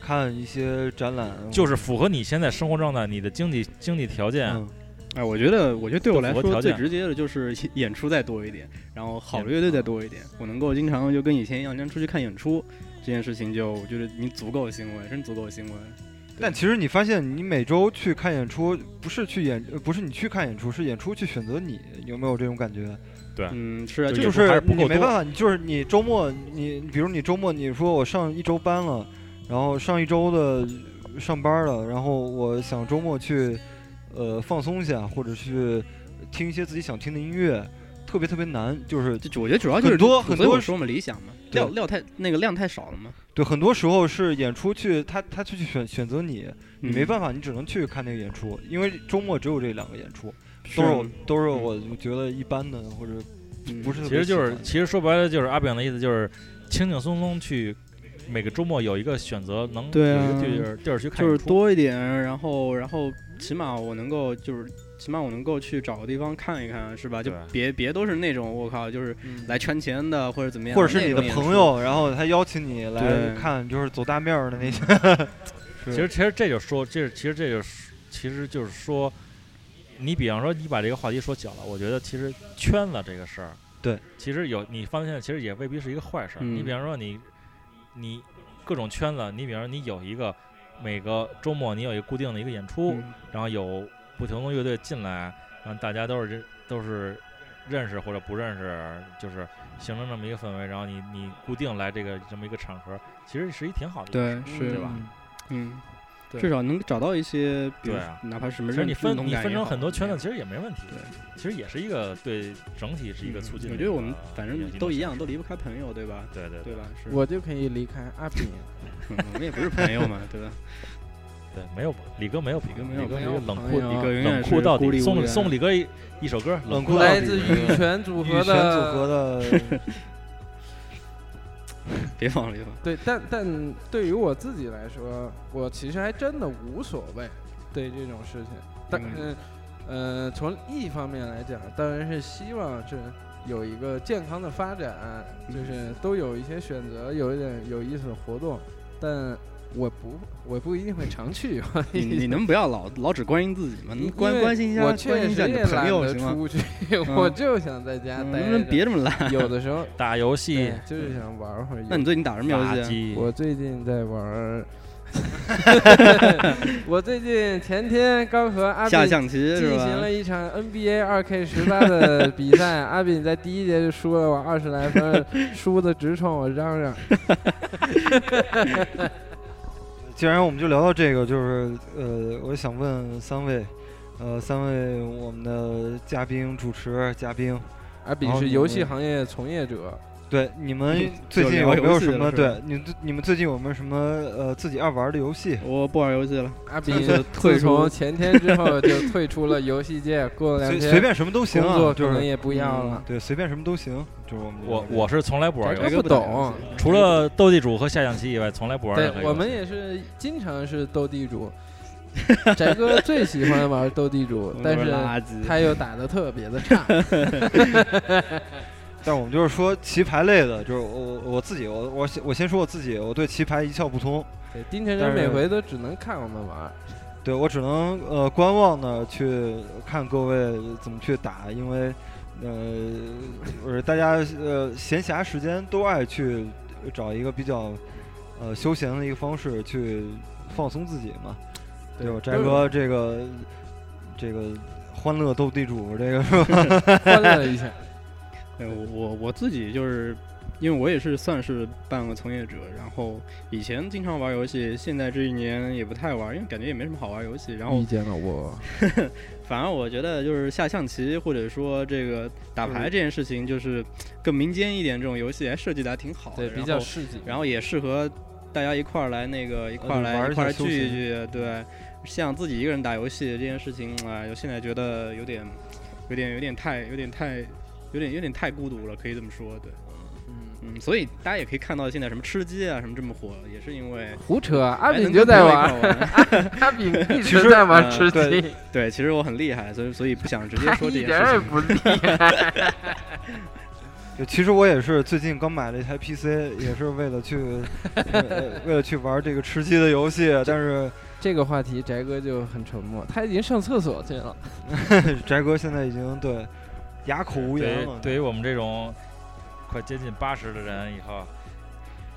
看一些展览，
就是是符合你现在生活状态、你的经济经济条件，啊
嗯，
哎，我觉得，我觉得对我来
符合条
说最
件
直接的就是演演出再多一点，然后好的乐队再多一点，我能够经常就跟以前一样，经常出去看演出，这件事情就我觉得你足够欣慰，真足够欣慰。
但其实你发现，你每周去看演出，不是去演，呃不是你去看演出，是演出去选择你，有没有这种感觉？
嗯，是啊，
就
就
就是
还
是
是不够
你没
多
办法，你就是你周末，你比如你周末你说我上一周班了，然后上一周的上班了，然后我想周末去呃放松一下，或者去听一些自己想听的音乐，特别特别难，就是
就我觉得主要就是
很多
所以
很多
我说我们理想嘛，
对
料料太那个量太少了嘛，
对，很多时候是演出去，他他去选选择你，你没办
法，
法，你只能去看那个演出，因为周末只有这两个演出，
是
都是啊嗯我都是我觉得一般的或者
嗯
不是特
其
别
实
喜
就
欢的，
是，其实说白了就是阿炳的意思就是，轻轻松松去，每个周末有一个选择，能
对
有
啊
一个地儿地儿去看
就
演
是
出，
多一点，然后然后起码我能够就是起码我能够去找个地方看一看，是吧？就
对
别别都是那种我靠，就是
嗯
来圈钱的或者怎么样，
或者是你的
那种
朋
演出，
友，然后他邀请你来
对
看，就是走大面儿的那些。
其实其实这就说，这其实这就是其实就是说，你比方说你把这个话题说小了，我觉得其实圈子这个事儿，
对，
其实有你发现其实也未必是一个坏事儿。
嗯
你比方说你你各种圈子，你比方说你有一个每个周末你有一个固定的一个演出，
嗯
然后有不同的乐队进来，然后大家都是认都是认识或者不认识，就是形成这么一个氛围。然后你你固定来这个这么一个场合，其实是一挺好的。，
对
嗯
是
对吧
嗯，
对
至少能找到一些，比如
对啊
哪怕什么
其
认
实
同
你
啊感也好，
分你分成很多圈子，其实也没问题。
对，
其实也是一个对整体是一个促进
嗯
的
我
一
觉
个。
得我们反正都一样，
一
都离不开朋友，对吧？
个对对
对吧？是，
我就可以离开阿炳。
嗯我们也不是朋友嘛，对 吧？
对，没有李哥没有朋友
李哥没有
李哥是
朋友
一个冷
朋
酷
友
李哥永
冷
远
酷
是
到
孤立
底，
无
送
援
送李哥一一首歌，
冷
冷
酷
到
到
来
底
自
底
羽泉组
羽
合
泉组
的
合 的
别放了，别放了。
对，但但对于我自己来说，我其实还真的无所谓，对这种事情。但
嗯
嗯呃，从一方面来讲，当然是希望是有一个健康的
嗯
发展，就是都有一些选择，有一点有意思的活动。但我不我不一定会常 去，
你你能不要老老只关心自己吗？
因
你
为
关关心一下，
我
关
确
心一下
实
你
也
的朋
懒
友
得
行吗？
出去，我就想在家
嗯
待
能
着。
不能别这么懒？
有的时 候
打游
对
戏、
就是想玩会儿游
那你最近打什么
打
游戏啊
机，
我最近在玩 儿，我最近前天刚和阿
啊？
斌
下象棋
进
是
行
吧
了？一场 NBA 二 K 十八的比赛，阿斌在第一节就输了我二十来分，输的直冲我嚷嚷。
既然我们就聊到这个，就是呃，我想问三位，呃，三位我们的嘉宾、主持嘉宾，
阿斌
哦
是
你
游
们
戏行业从业者，
对你们
就
最近有
嗯聊
没有
游戏
什
了
么？
是
对，你你们最近有没有什么呃自己爱玩的游戏？
我不玩游戏了，
阿斌
就退
自
出
从前天之后就退出了游戏界，过了
随
两
随
天
便什么都行
工作
啊，就
可能
是嗯
也不要了。
对，随便什么都行，就是我们
我我是从来不玩游
这
戏，
个不懂，
除 了斗地主和下象棋以外，从来不玩任何游
对
戏。
我们也是经常是斗地主，翟哥最喜欢玩斗地 主，但是
垃圾。
他又打得特别的差。
但是我们就是说棋牌类的，就是我我我自己，我我先我先说我自己，我对棋牌一窍不通，
对，丁晨
但
晨
是
每回都只能看我们玩，
对我只能呃观望的去看各位怎么去打，因为呃呃大家呃闲暇时间都爱去找一个比较呃休闲的一个方式去放松自己嘛。对吧？翟
都是
哥这个这个欢乐斗地主这个是吧？
欢乐一下。
对哎我我我自己就是，因为我也是算是半个从业者，然后以前经常玩游戏，现在这一年也不太玩，因为感觉也没什么好玩游戏。然后
见了我，
反而我觉得就是下象棋或者说这个打
嗯
牌这件事情，就是更民间一点这种游戏，还设计的还挺好的，
对，
然
比较
后
市井。
然后也适合大家一块儿来那个一块儿
对玩
来
一
一块儿来
下休
聚一
闲
聚，对，像自己一个人打游戏这件事情啊、哎现在觉得有点有点有点太有点太有点有点太孤独了，可以这么说，对，
嗯
嗯，所以大家也可以看到现在什么吃鸡啊什么这么火，也是因为
胡扯，啊阿
阿
炳就在玩，
玩，
阿炳
其
一直
实
在玩
呃
吃
对
鸡，
对，其实我很厉害，所以所以不想直接
他
说这
一
件
点儿也
事情，，
不厉害。
就其实我也是最近刚买了一台 PC，也是为了去、呃为了去玩这个吃鸡的游戏，啊但是
这个话题，翟哥就很沉默，他已经上厕所去了。
翟呃哥现在已经对哑口无
对
言
于
了。
对于我们这种快接近八十的人，以后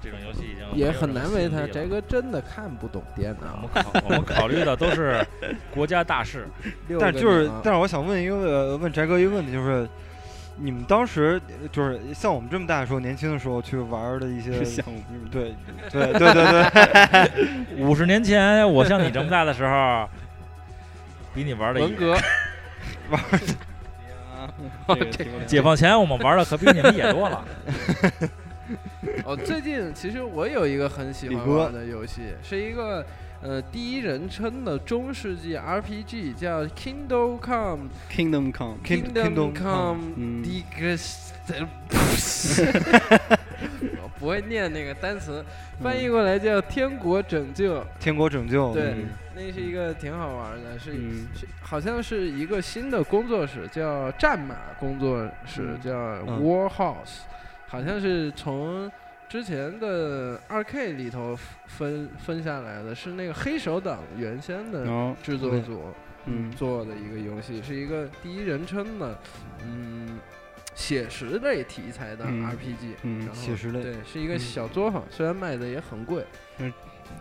这种游戏已经嗯没
也
有
很
什么
难为他，
吸引
翟
力了。嗯
哥真的看不懂电
我
脑
们。考我们考虑的都是国家大事，
六
但
个
就是
点啊，
但是我想问一个呃问翟哥一个问题，就是你们当时呃就是像我们这么大的时候，年轻的时候去玩的一些
项目。
对对对对 对，
五十年前我像你这么大的时候，比你玩的
文革，
啊这个挺有点
解放前我们玩的可比你们野多了。
哦，最近其实我有一个很喜
李
欢
哥
玩的游戏，是一个呃第一人称的中世纪 RPG，叫 Kingdom Come
Kingdom Come，
King- Kingdom Come
Come
嗯
d e g s 我不会念那个单词，翻译过来叫《天国拯救》。
哦
天国拯救，
对
嗯
那是一个挺好玩的，是
嗯，
是好像是一个新的工作室，叫战马工作室，
嗯
叫 War House，、好像是从之前的二 K 里头分分下来的，是那个黑手党原先
然
的
后
制作
对
组
嗯
做的一个游戏，是一个第一人称的，嗯，写实类题材的
嗯
RPG，、
嗯
然后
写实类
对，是一个
嗯
小作坊，虽然卖的也很贵。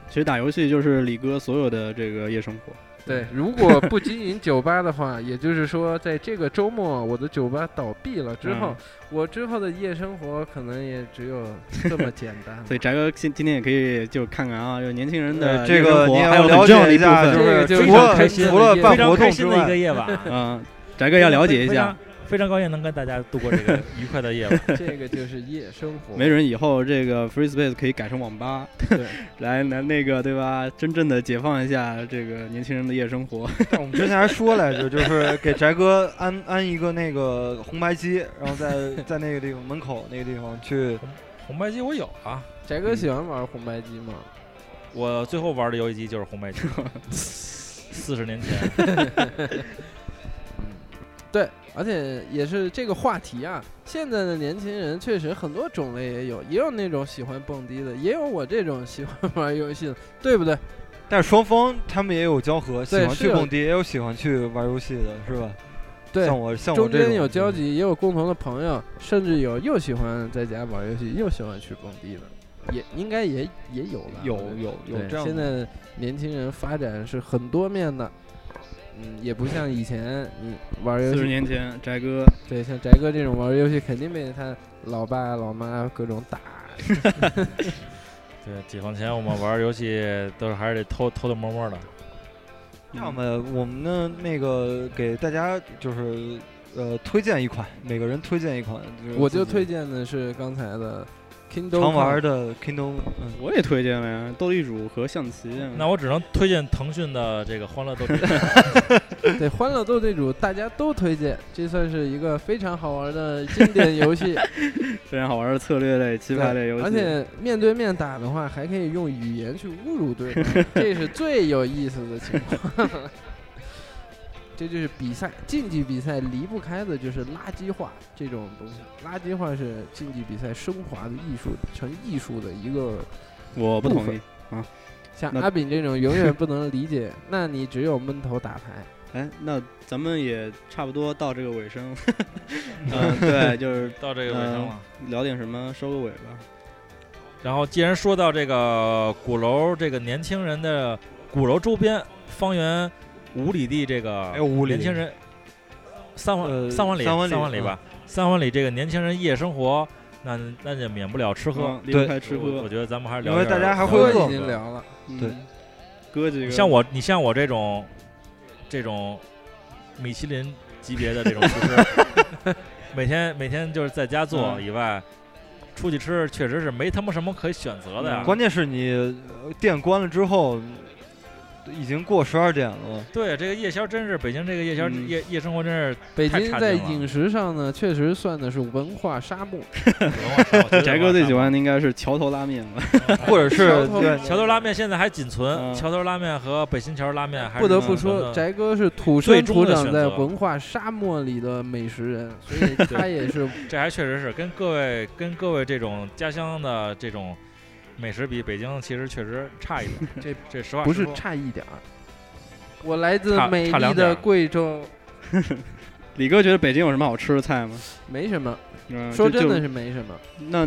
其实打游戏就是李哥所有的这个夜生活。
对，如果不经营酒吧的话，也就是说，在这个周末我的酒吧倒闭了之后，
嗯
我之后的夜生活可能也只有这么简单 了。
所以翟哥今今天也可以就看看啊，有年轻人的
呃，这
夜生
个
活
你也
还有
要
很
了
重要的
解一
一部
下，
分
就
这个
是
就是
除了
开心的
除了
一个
办
非常
活动
开
之
心的一个
外，
夜晚，
嗯，翟哥要了解一
非
下
常，，非常高兴能跟大家度过这个愉快的夜 晚。
这个就是夜生活。
没准以后这个 Free Space 可以改成网吧，
对，
来来那个对吧？真正的解放一下这个年轻人的夜生活。
但我们之前还说来着，就是给翟哥安安一个那个红白机，然后在在那个地方门口那个地方去，
红白机我有啊，
翟哥喜欢玩红白机吗？
我最后玩的游戏机就是红白机， 四十年前。
对，而且也是这个话题啊，现在的年轻人确实很多种类也有，也有那种喜欢蹦迪的，也有我这种喜欢玩游戏的，对不对？
但是双方他们也有交合，喜
对
欢
是
去
有
蹦迪，也有喜欢去玩游戏的，是吧？
对，
像我像我
中
这种
间有交，集，也有共同的朋友，甚至有又喜欢在家玩游戏，又喜欢去蹦迪的，也应该也也有吧？
有
我觉得
有有
对
这样的。
现在年轻人发展是很多面的，嗯，也不像以前你玩游
四十
戏，
年前，翟哥
对，像翟哥这种玩游戏肯定被他老爸老妈各种打。
对，解放前我们玩游戏都是还是得偷偷偷摸摸的。
嗯
要么我们呢那个给大家就是呃推荐一款，每个人推荐一款，
嗯
是
我就
自己
推荐的是刚才的 Kindle，
常玩的 Kindle，嗯，
我也推荐了呀，斗地主和象棋啊。
那我只能推荐腾讯的这个《欢乐斗地主》
对《欢乐斗地主》，大家都推荐，这算是一个非常好玩的经典游戏。
非常好玩的策略类、棋
对
牌类游戏，
而且面对面打的话，还可以用语言去侮辱对方，这是最有意思的情况。 这就是比赛，竞技比赛离不开的就是垃圾化这种东西。垃圾化是竞技比赛升华的艺术，成艺术的一个。
我不
部
同
分
意。
像
那
阿炳这种永远不能理解，那你只有闷头打牌。
哎，那咱们也差不多到这个 尾声，嗯，对，就是
到这个尾声了。
聊点什么收个尾吧。
然后，既然说到这个鼓楼，这个年轻人的鼓楼周边方圆五里地，这个
哎五里
年轻人三环、
呃
三环里
三环里嗯
三环里吧，三环里这个年轻人夜生活，那那就免不了吃喝
嗯离
对
不开吃
我我
喝，
觉得咱们还是
因
聊
为
点
大家还会
哥
聊点
饿
已经聊了，
嗯
对，
哥几个
像我，你像我这种这种米其林级别的这种厨师， 每天每天就是在家做
嗯
以外，出去吃确实是没他妈什么可以选择的呀。
关键是你呃店关了之后，已经过十二点了，
对，这个夜宵真是北京这个夜宵、
嗯
夜夜生活真是
北
太
京
差
在
劲了
饮食上呢，确实算的是文化沙漠。
翟哥最喜欢的应该是桥头拉面吧？
或者是
桥头
对
桥头拉面，现在还仅存、
嗯
桥头拉面和北新桥拉面还是
不得
仅
不
存
说，
的
翟哥是土
最
生
终
土
的
长
选
在
择
文化沙漠里的美食人，所以他也是
这还确实是跟各位跟各位这种家乡的这种美食比，北京其实确实差一点。这这实话
不
实
是
说
差一点儿。我来自
差
美
差两
丽
点儿
的贵州，
李哥觉得北京有什么好吃的菜吗？
没什么，
嗯，
说
就
真的
就是
没什么。
那，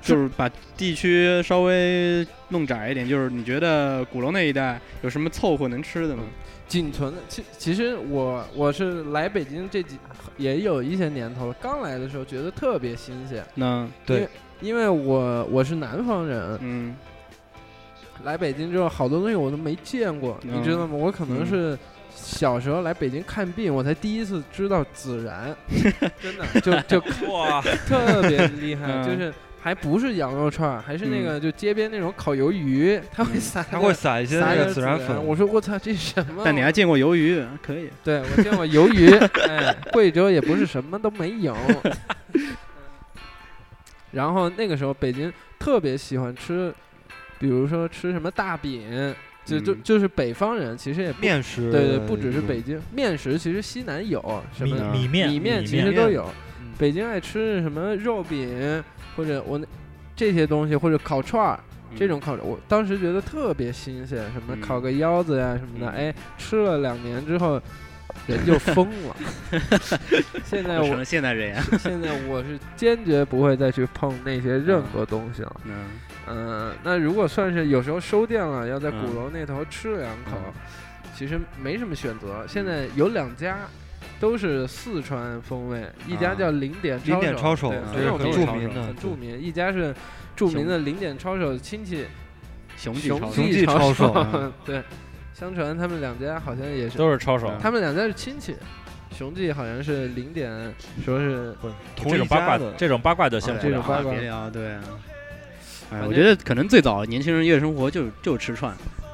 就是把地区稍微弄窄一点。就是你觉得鼓楼那一带有什么凑合能吃的吗？
仅存的，其其实我我是来北京这几也有一些年头了，刚来的时候觉得特别新鲜，
那
因为我我是南方人，
嗯，
来北京之后好多东西我都没见过，
嗯
你知道吗？我可能
嗯
是小时候来北京看病，我才第一次知道孜然，真的就就
哇，
特别厉害，
嗯
就是还不是羊肉串儿，还是那个就街边那种烤鱿鱼，它会
嗯
撒
他
那
会
个，
撒一些
撒
那
点
个孜然粉。
我说我操，这什么？
但你还见过鱿鱼，可以。
对我见过鱿鱼，哎，贵州也不是什么都没有。然后那个时候北京特别喜欢吃，比如说吃什么大饼，就就
嗯
就是北方人其实也不
面呃食
对对，不只是北京面食，其实西南有什
米
么
米面
米面
面
其实都有
嗯。
北京爱吃什么肉饼，或者我那这些东西，或者烤串儿，这种烤串儿，我当时觉得特别新鲜，什么
嗯
烤个腰子呀什么的，
嗯
哎，吃了两年之后，人就疯 了。现在
就成
我
了现代人呀。
现在我是坚决不会再去碰那些任何东西了。
嗯，
嗯，那如果算是有时候收店了，要在鼓
嗯
楼那头吃两口，
嗯
其实没什么选择。现在有两家。都是四川风味，一家
啊
叫零点
零点
抄
抄手
对
啊
很
这
有
是
名
很著
名的
很
对
著名。一家是著名
熊
的零点抄手亲戚
雄
雄
超市
记
记
超
手
手
啊，
对，相传他们两家好像也是，
都是抄手。
他们两家是亲戚，雄记好像是零点，说是
同
这
一
种八
家
卦
的，，
这种八
啊
卦就先不
这种
聊。
八卦
别聊，对啊。哎，
反
我
正
觉得可能最早年轻人夜生活就就吃串，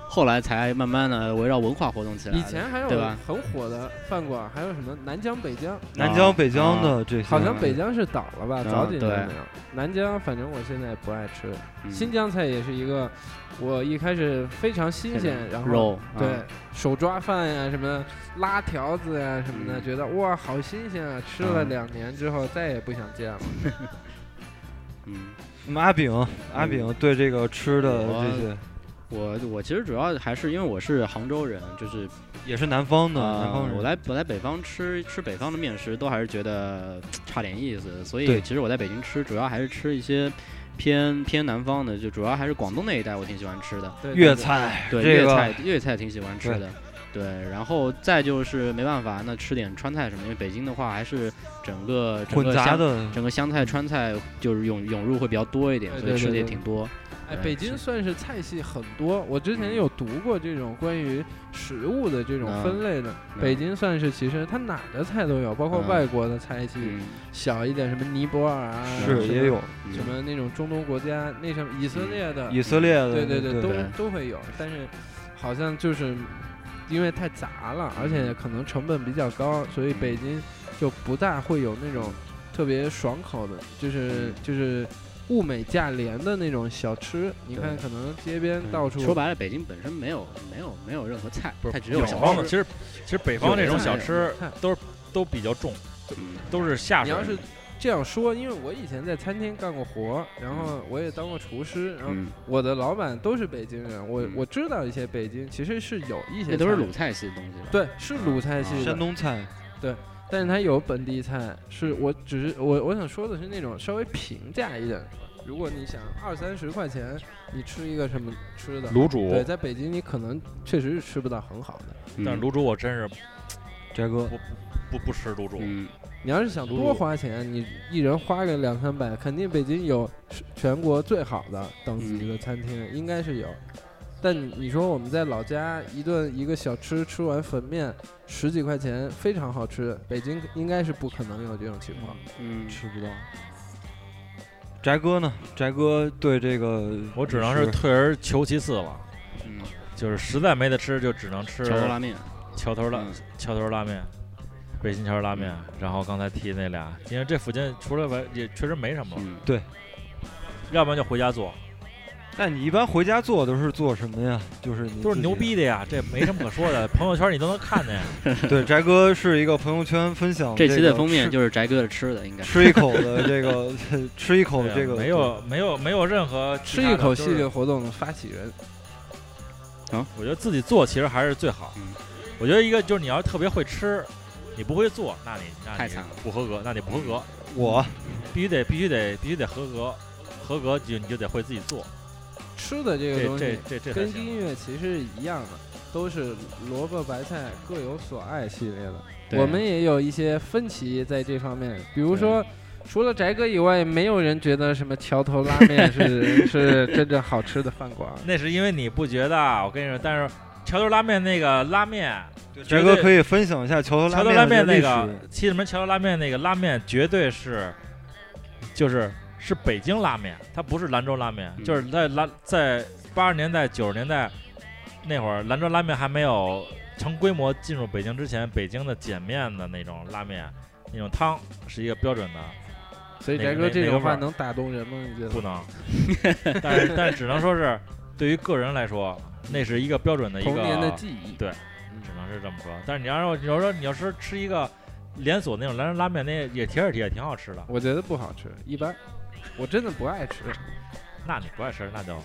后来才慢慢的围绕文化活动起来的。
以前还有
对吧
很火的饭馆，还有什么南江、北江，
南
啊
疆、北疆
啊
的这些，
好像北江是倒了吧？
嗯
早几
对
年没有。南江，反正我现在不爱吃。
嗯
新疆菜也是一个，我一开始非常新
这个
鲜，然后
肉
对
啊，
手抓饭呀、什么拉条子呀、什么的，
嗯
觉得哇好新鲜啊！吃了
嗯
两年之后再也不想见了。
嗯，
那么阿炳，阿炳对这个吃的
我
这些
我我其实主要还是因为我是杭州人，就是
也是南方的，嗯南
啊
方，人。
我来我来北方吃吃北方的面食，都还是觉得差点意思。所
对
以其实我在北京吃，主要还是吃一些偏偏南方的，就主要还是广东那一带，我挺喜欢吃的。
对
粤，菜，
对，
这
粤
个
菜粤菜挺喜欢吃的。对，然后再就是没办法，那吃点川菜什么，因为北京的话还是整个整
混
个
杂
湘
的，
整个湘菜、川菜就是涌涌入会比较多一点，
对
所以
对
吃的
对
也
对
挺多。
哎，
对
北京算是菜系很多。我之前有读过这种关于食物的这种
嗯
分类的，
嗯
北京算是其实它哪儿的菜都有，包括
嗯
外国的菜系，
嗯，
小一点什么尼泊尔啊，
是
是
什么
也有
嗯
什么那种中东国家，那什么以色列的，
以色列的，
对对
对
对，都
嗯对
都会有，但是好像就是因为太杂了，而
嗯
且可能成本比较高，所以北京就不大会有那种特别爽口的，就是
嗯
就是物美价廉的那种小吃。你
对
看，可能街边
嗯
到处
说白了，北京本身没有没有没有任何菜，
不
它
是
只有小
方
吃
的，其。实其实北方这种小吃
菜
都是都比较重，
嗯
都是下
你
水
要。是这样说，因为我以前在餐厅干过活，然后我也当过厨师，然后
嗯，
我的老板都是北京人，我
嗯
我知道一些北京其实是有一些
那都是
菜
鲁菜系的东西吧？
对是鲁菜系
啊
的
山，东菜，
但是它有本地菜，是我只是我我想说的是那种稍微平价一点的。如果你想二三十块钱，你吃一个什么吃的？
卤煮，
对，在北京你可能确实是吃不到很好的。
嗯，
但是卤煮我真是
翟哥，
不不吃卤煮，
嗯，
你要是想多花钱，你一人花个两三百，肯定北京有全国最好的等级的餐厅，应该是有。但你你说我们在老家一顿一个小吃吃完粉面十几块钱非常好吃，北京应该是不可能有这种情况。
嗯，
吃不到。翟哥呢？翟哥对这个，
我只能是退而求其次了，
嗯，
就是实在没得吃就只能吃
桥头拉面，
桥头拉
嗯
桥头拉面，北新桥头拉面，然后刚才提那俩，因为这附近除了外也确实没什么了，
嗯，
要不然就回家做，
那你一般回家做都是做什么呀？就是你
都是
自己
牛。逼的呀，这没什么可说的，朋友圈你都能看见。
对，翟哥是一个朋友圈分享
这
个
期的封面
吃
就是翟哥的吃的，应该。
吃一口的这个， 吃一口
对
的哦
啊
这个
没有没有没有任何其
吃
他
一
的
口
就
系
是
列活动的发起人，
我觉得自己做其实还是最好。
嗯
我觉得一个就是你要是特别会吃，你不会做，那你那你
太惨了
不合格，那你不合格，
我
必须得必须得必须得合格，合格就你就得会自己做。
吃的这个
这
东
这
西
这这才
跟
行。
音乐其实一样的，都是萝卜白菜各有所爱系列的。
对
我们也有一些分歧在这方面，比如说。除了翟哥以外，没有人觉得什么桥头拉 面是是真正好吃的饭馆。
那是因为你不觉得，啊我跟你说，但是桥头拉面那个拉面，
翟哥可以分享一下桥头
桥头拉面
面的
那
历
个
史
西直门桥头拉面那个拉面绝对是，就是是北京拉面，它不是兰州拉面，
嗯
就是在兰在八十年代九十年代那会儿，兰州拉面还没有成规模进入北京之前，北京的碱面的那种拉面，那种汤是一个标准的，
所以
哪个
翟哥这
哪个
种
味儿
话能打动人吗？你觉
不
得？
能，但是但是只能说是对于个人来说，那是一个标准的一个啊
童年的记忆。
对只能是这么说。但是你要说你要说你要是吃一个连锁那种兰州拉面，那也铁是铁，挺好吃的。
我觉得不好吃，一般。我真的不爱吃，
那你不爱吃，那就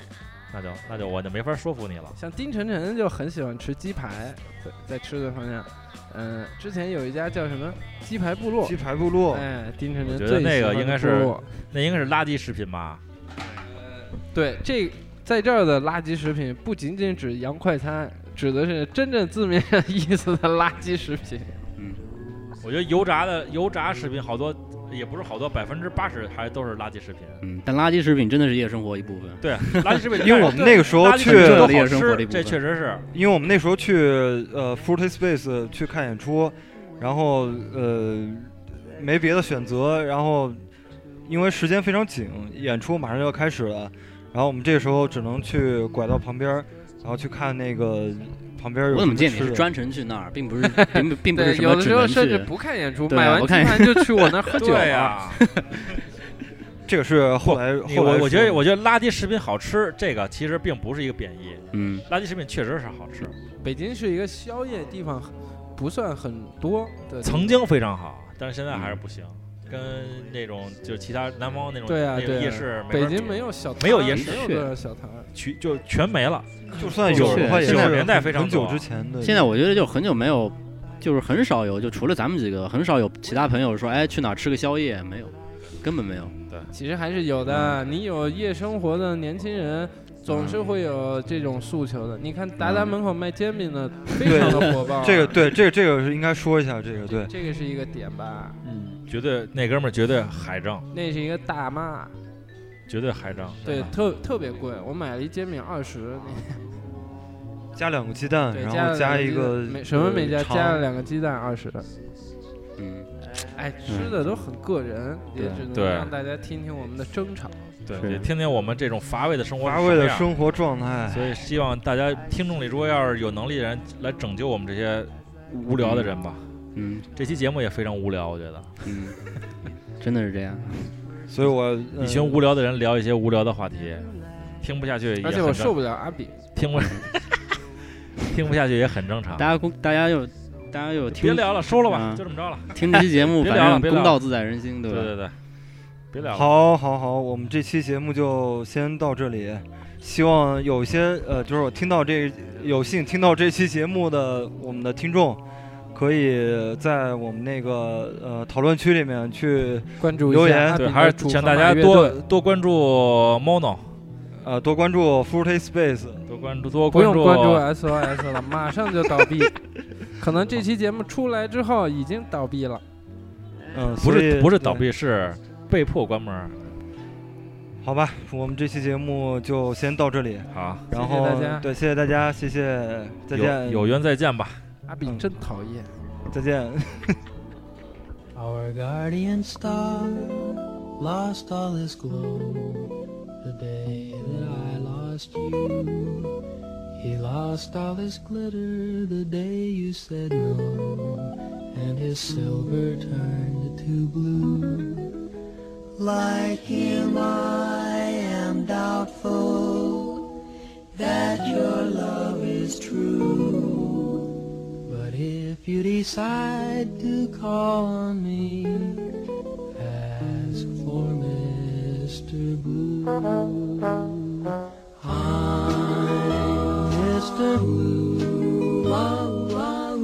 那就那就我就没法说服你了。
像丁晨晨就很喜欢吃鸡排，在在吃的方面，嗯、之前有一家叫什么鸡排部落
鸡，排部落，
哎，丁晨晨
我觉
最
得那
喜
个
欢的
应该
部
是
落
那应该是垃圾食品吧？
对，这在这儿的垃圾食品不仅仅指洋快餐，指的是真正字面上意思的垃圾食 品。
嗯，
我觉得油炸的油炸食品好多也不是好多，百分之八十还都是垃圾食品。
嗯，但垃圾食品真的是夜生活一部分。
对，垃圾食品
因为我们那个时候
垃圾
去
食品都
去
好
夜生活这
吃，
部
这
分
确实是。
因为我们那时候去呃 Fruity Space 去看演出，然后呃没别的选择，然后因为时间非常紧，演出马上就要开始了，然后我们这时候只能去拐道旁边然后去看那个旁边有
我怎么
什
见你
吃
是
的
专程去那儿，并不是并不并不是
对，
什
有
么
的
只
时候
能
甚至
去。
不看演出，
对啊
买完
我
鸡
看
饭就去我那 儿喝酒
对啊
了
呀、
这个是后来
你
后来
我我觉得
说
我觉得垃圾食品好吃，这个其实并不是一个贬义，
嗯，
垃圾食品确实是好吃，
北京是一个宵夜地方，不算很多的地方。
曾经非常好，但是现在还是不行，
嗯
跟那种就是其他南方那种
对啊
那种
对啊
夜市没
北
法比
京没有小摊儿
没有夜市
没有
是
多少小摊儿。
去就全没了，
就算有的话，也
九
是
年代非
很
常
很久
多
之前的。
现在我觉得就很久没有，就是很少有，就除了咱们几个，很少有其他朋友说，哎，去哪儿吃个宵夜？没有，根本没有。
其实还是有
嗯
的。你有夜生活的年轻人，总是会有这种诉求的。你看达达
嗯
门口卖煎 饼的，非常的火爆啊。
这个对，这个这个是应该说一下，这个对，
这个是一个点吧？
嗯，
绝对那哥们儿绝对海政，
那是一个大妈，
绝对海政，
对，
真的
特特别贵。我买了一煎饼二十，
加两个鸡蛋，
对，
嗯然
加
后
了
加
两
一
鸡蛋
个
没什么没加，
呃
加了
肠
两个鸡蛋二十。
嗯，
哎，吃的都很个人，也只能
对
让大家听听我们的争吵。
对，
是
也听听我们这种乏味的生活是
乏
什
味
么
的
样
生活状态。
所以希望大家听众里，如果要是有能力的人来拯救我们这些无聊的人吧。
嗯
这期节目也非常无聊，我觉得
嗯，真的是这样。
所以我呃
一群无聊的人聊一些无聊的话题，听不下去也很
而
正，
且我受不了阿比，
听不听不下去也很正常
大。家公，大家有，大家有
别
听
聊了，收了吧，
啊
就这么着了。
听这期节目，
别聊了
反
别
正
聊
公
了
道自在人心，对
对
吧？
对对，别聊了。
好，好，好，我们这期节目就先到这里。希望有些呃，就是我听到这有幸听到这期节目的我们的听众，可以在我们那个呃讨论区里面去
关注
留
一下
言
阿比
对，
的
还是
主
请
放
大家
马乐
多
队
多关注 Mono，
呃多关注 Fruity Space。
多关注多
不
关
用
注啊
关注啊 SOS 了，马上就倒闭。可能这期节目出来之后已经倒闭了。
嗯，
不
所以
是不是倒。
对
闭，是被迫关门。
好吧，我们这期节目就先到这里。
好，
然
谢谢
后
大家
对，谢谢大家，谢谢，再见，
有有缘再见吧。
阿比
嗯
真讨厌。
再见。
Our guardian star lost all his glow the day that I lost you. He lost all his glitter the day you said no, and his silver turned to blue. Like him, I am doubtful that your love is true. But if you decide to call on me, ask for Mr. Blue. I'm Mr. Blue. Wow, wow.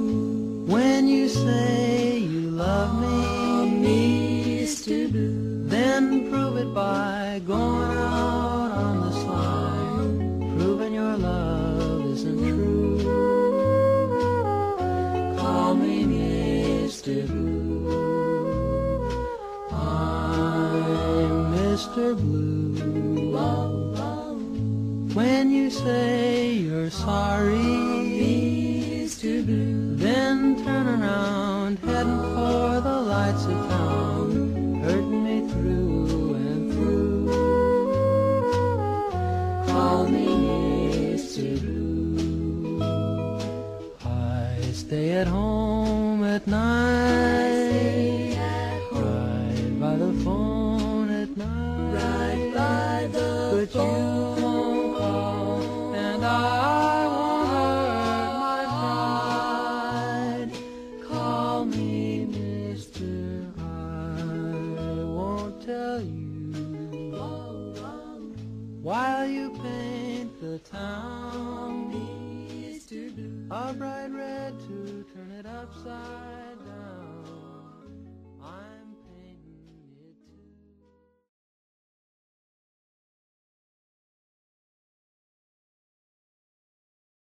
When you say you love me, Mr. Blue, then prove it by going out on the slide, proving your love isn't true. Call me Mr. Blue. I'm Mr. Blue. When you say you're sorry, Mr. Blue, then turn around, heading for the lights of town, hurting me through and through. Call me Mr. Blue. I stay at home at night. Right by the phone at night. Right by the but you won't call, and I won't hurt my pride. Call me Mister. I won't tell you. While you paint the town a bright red to turn it upside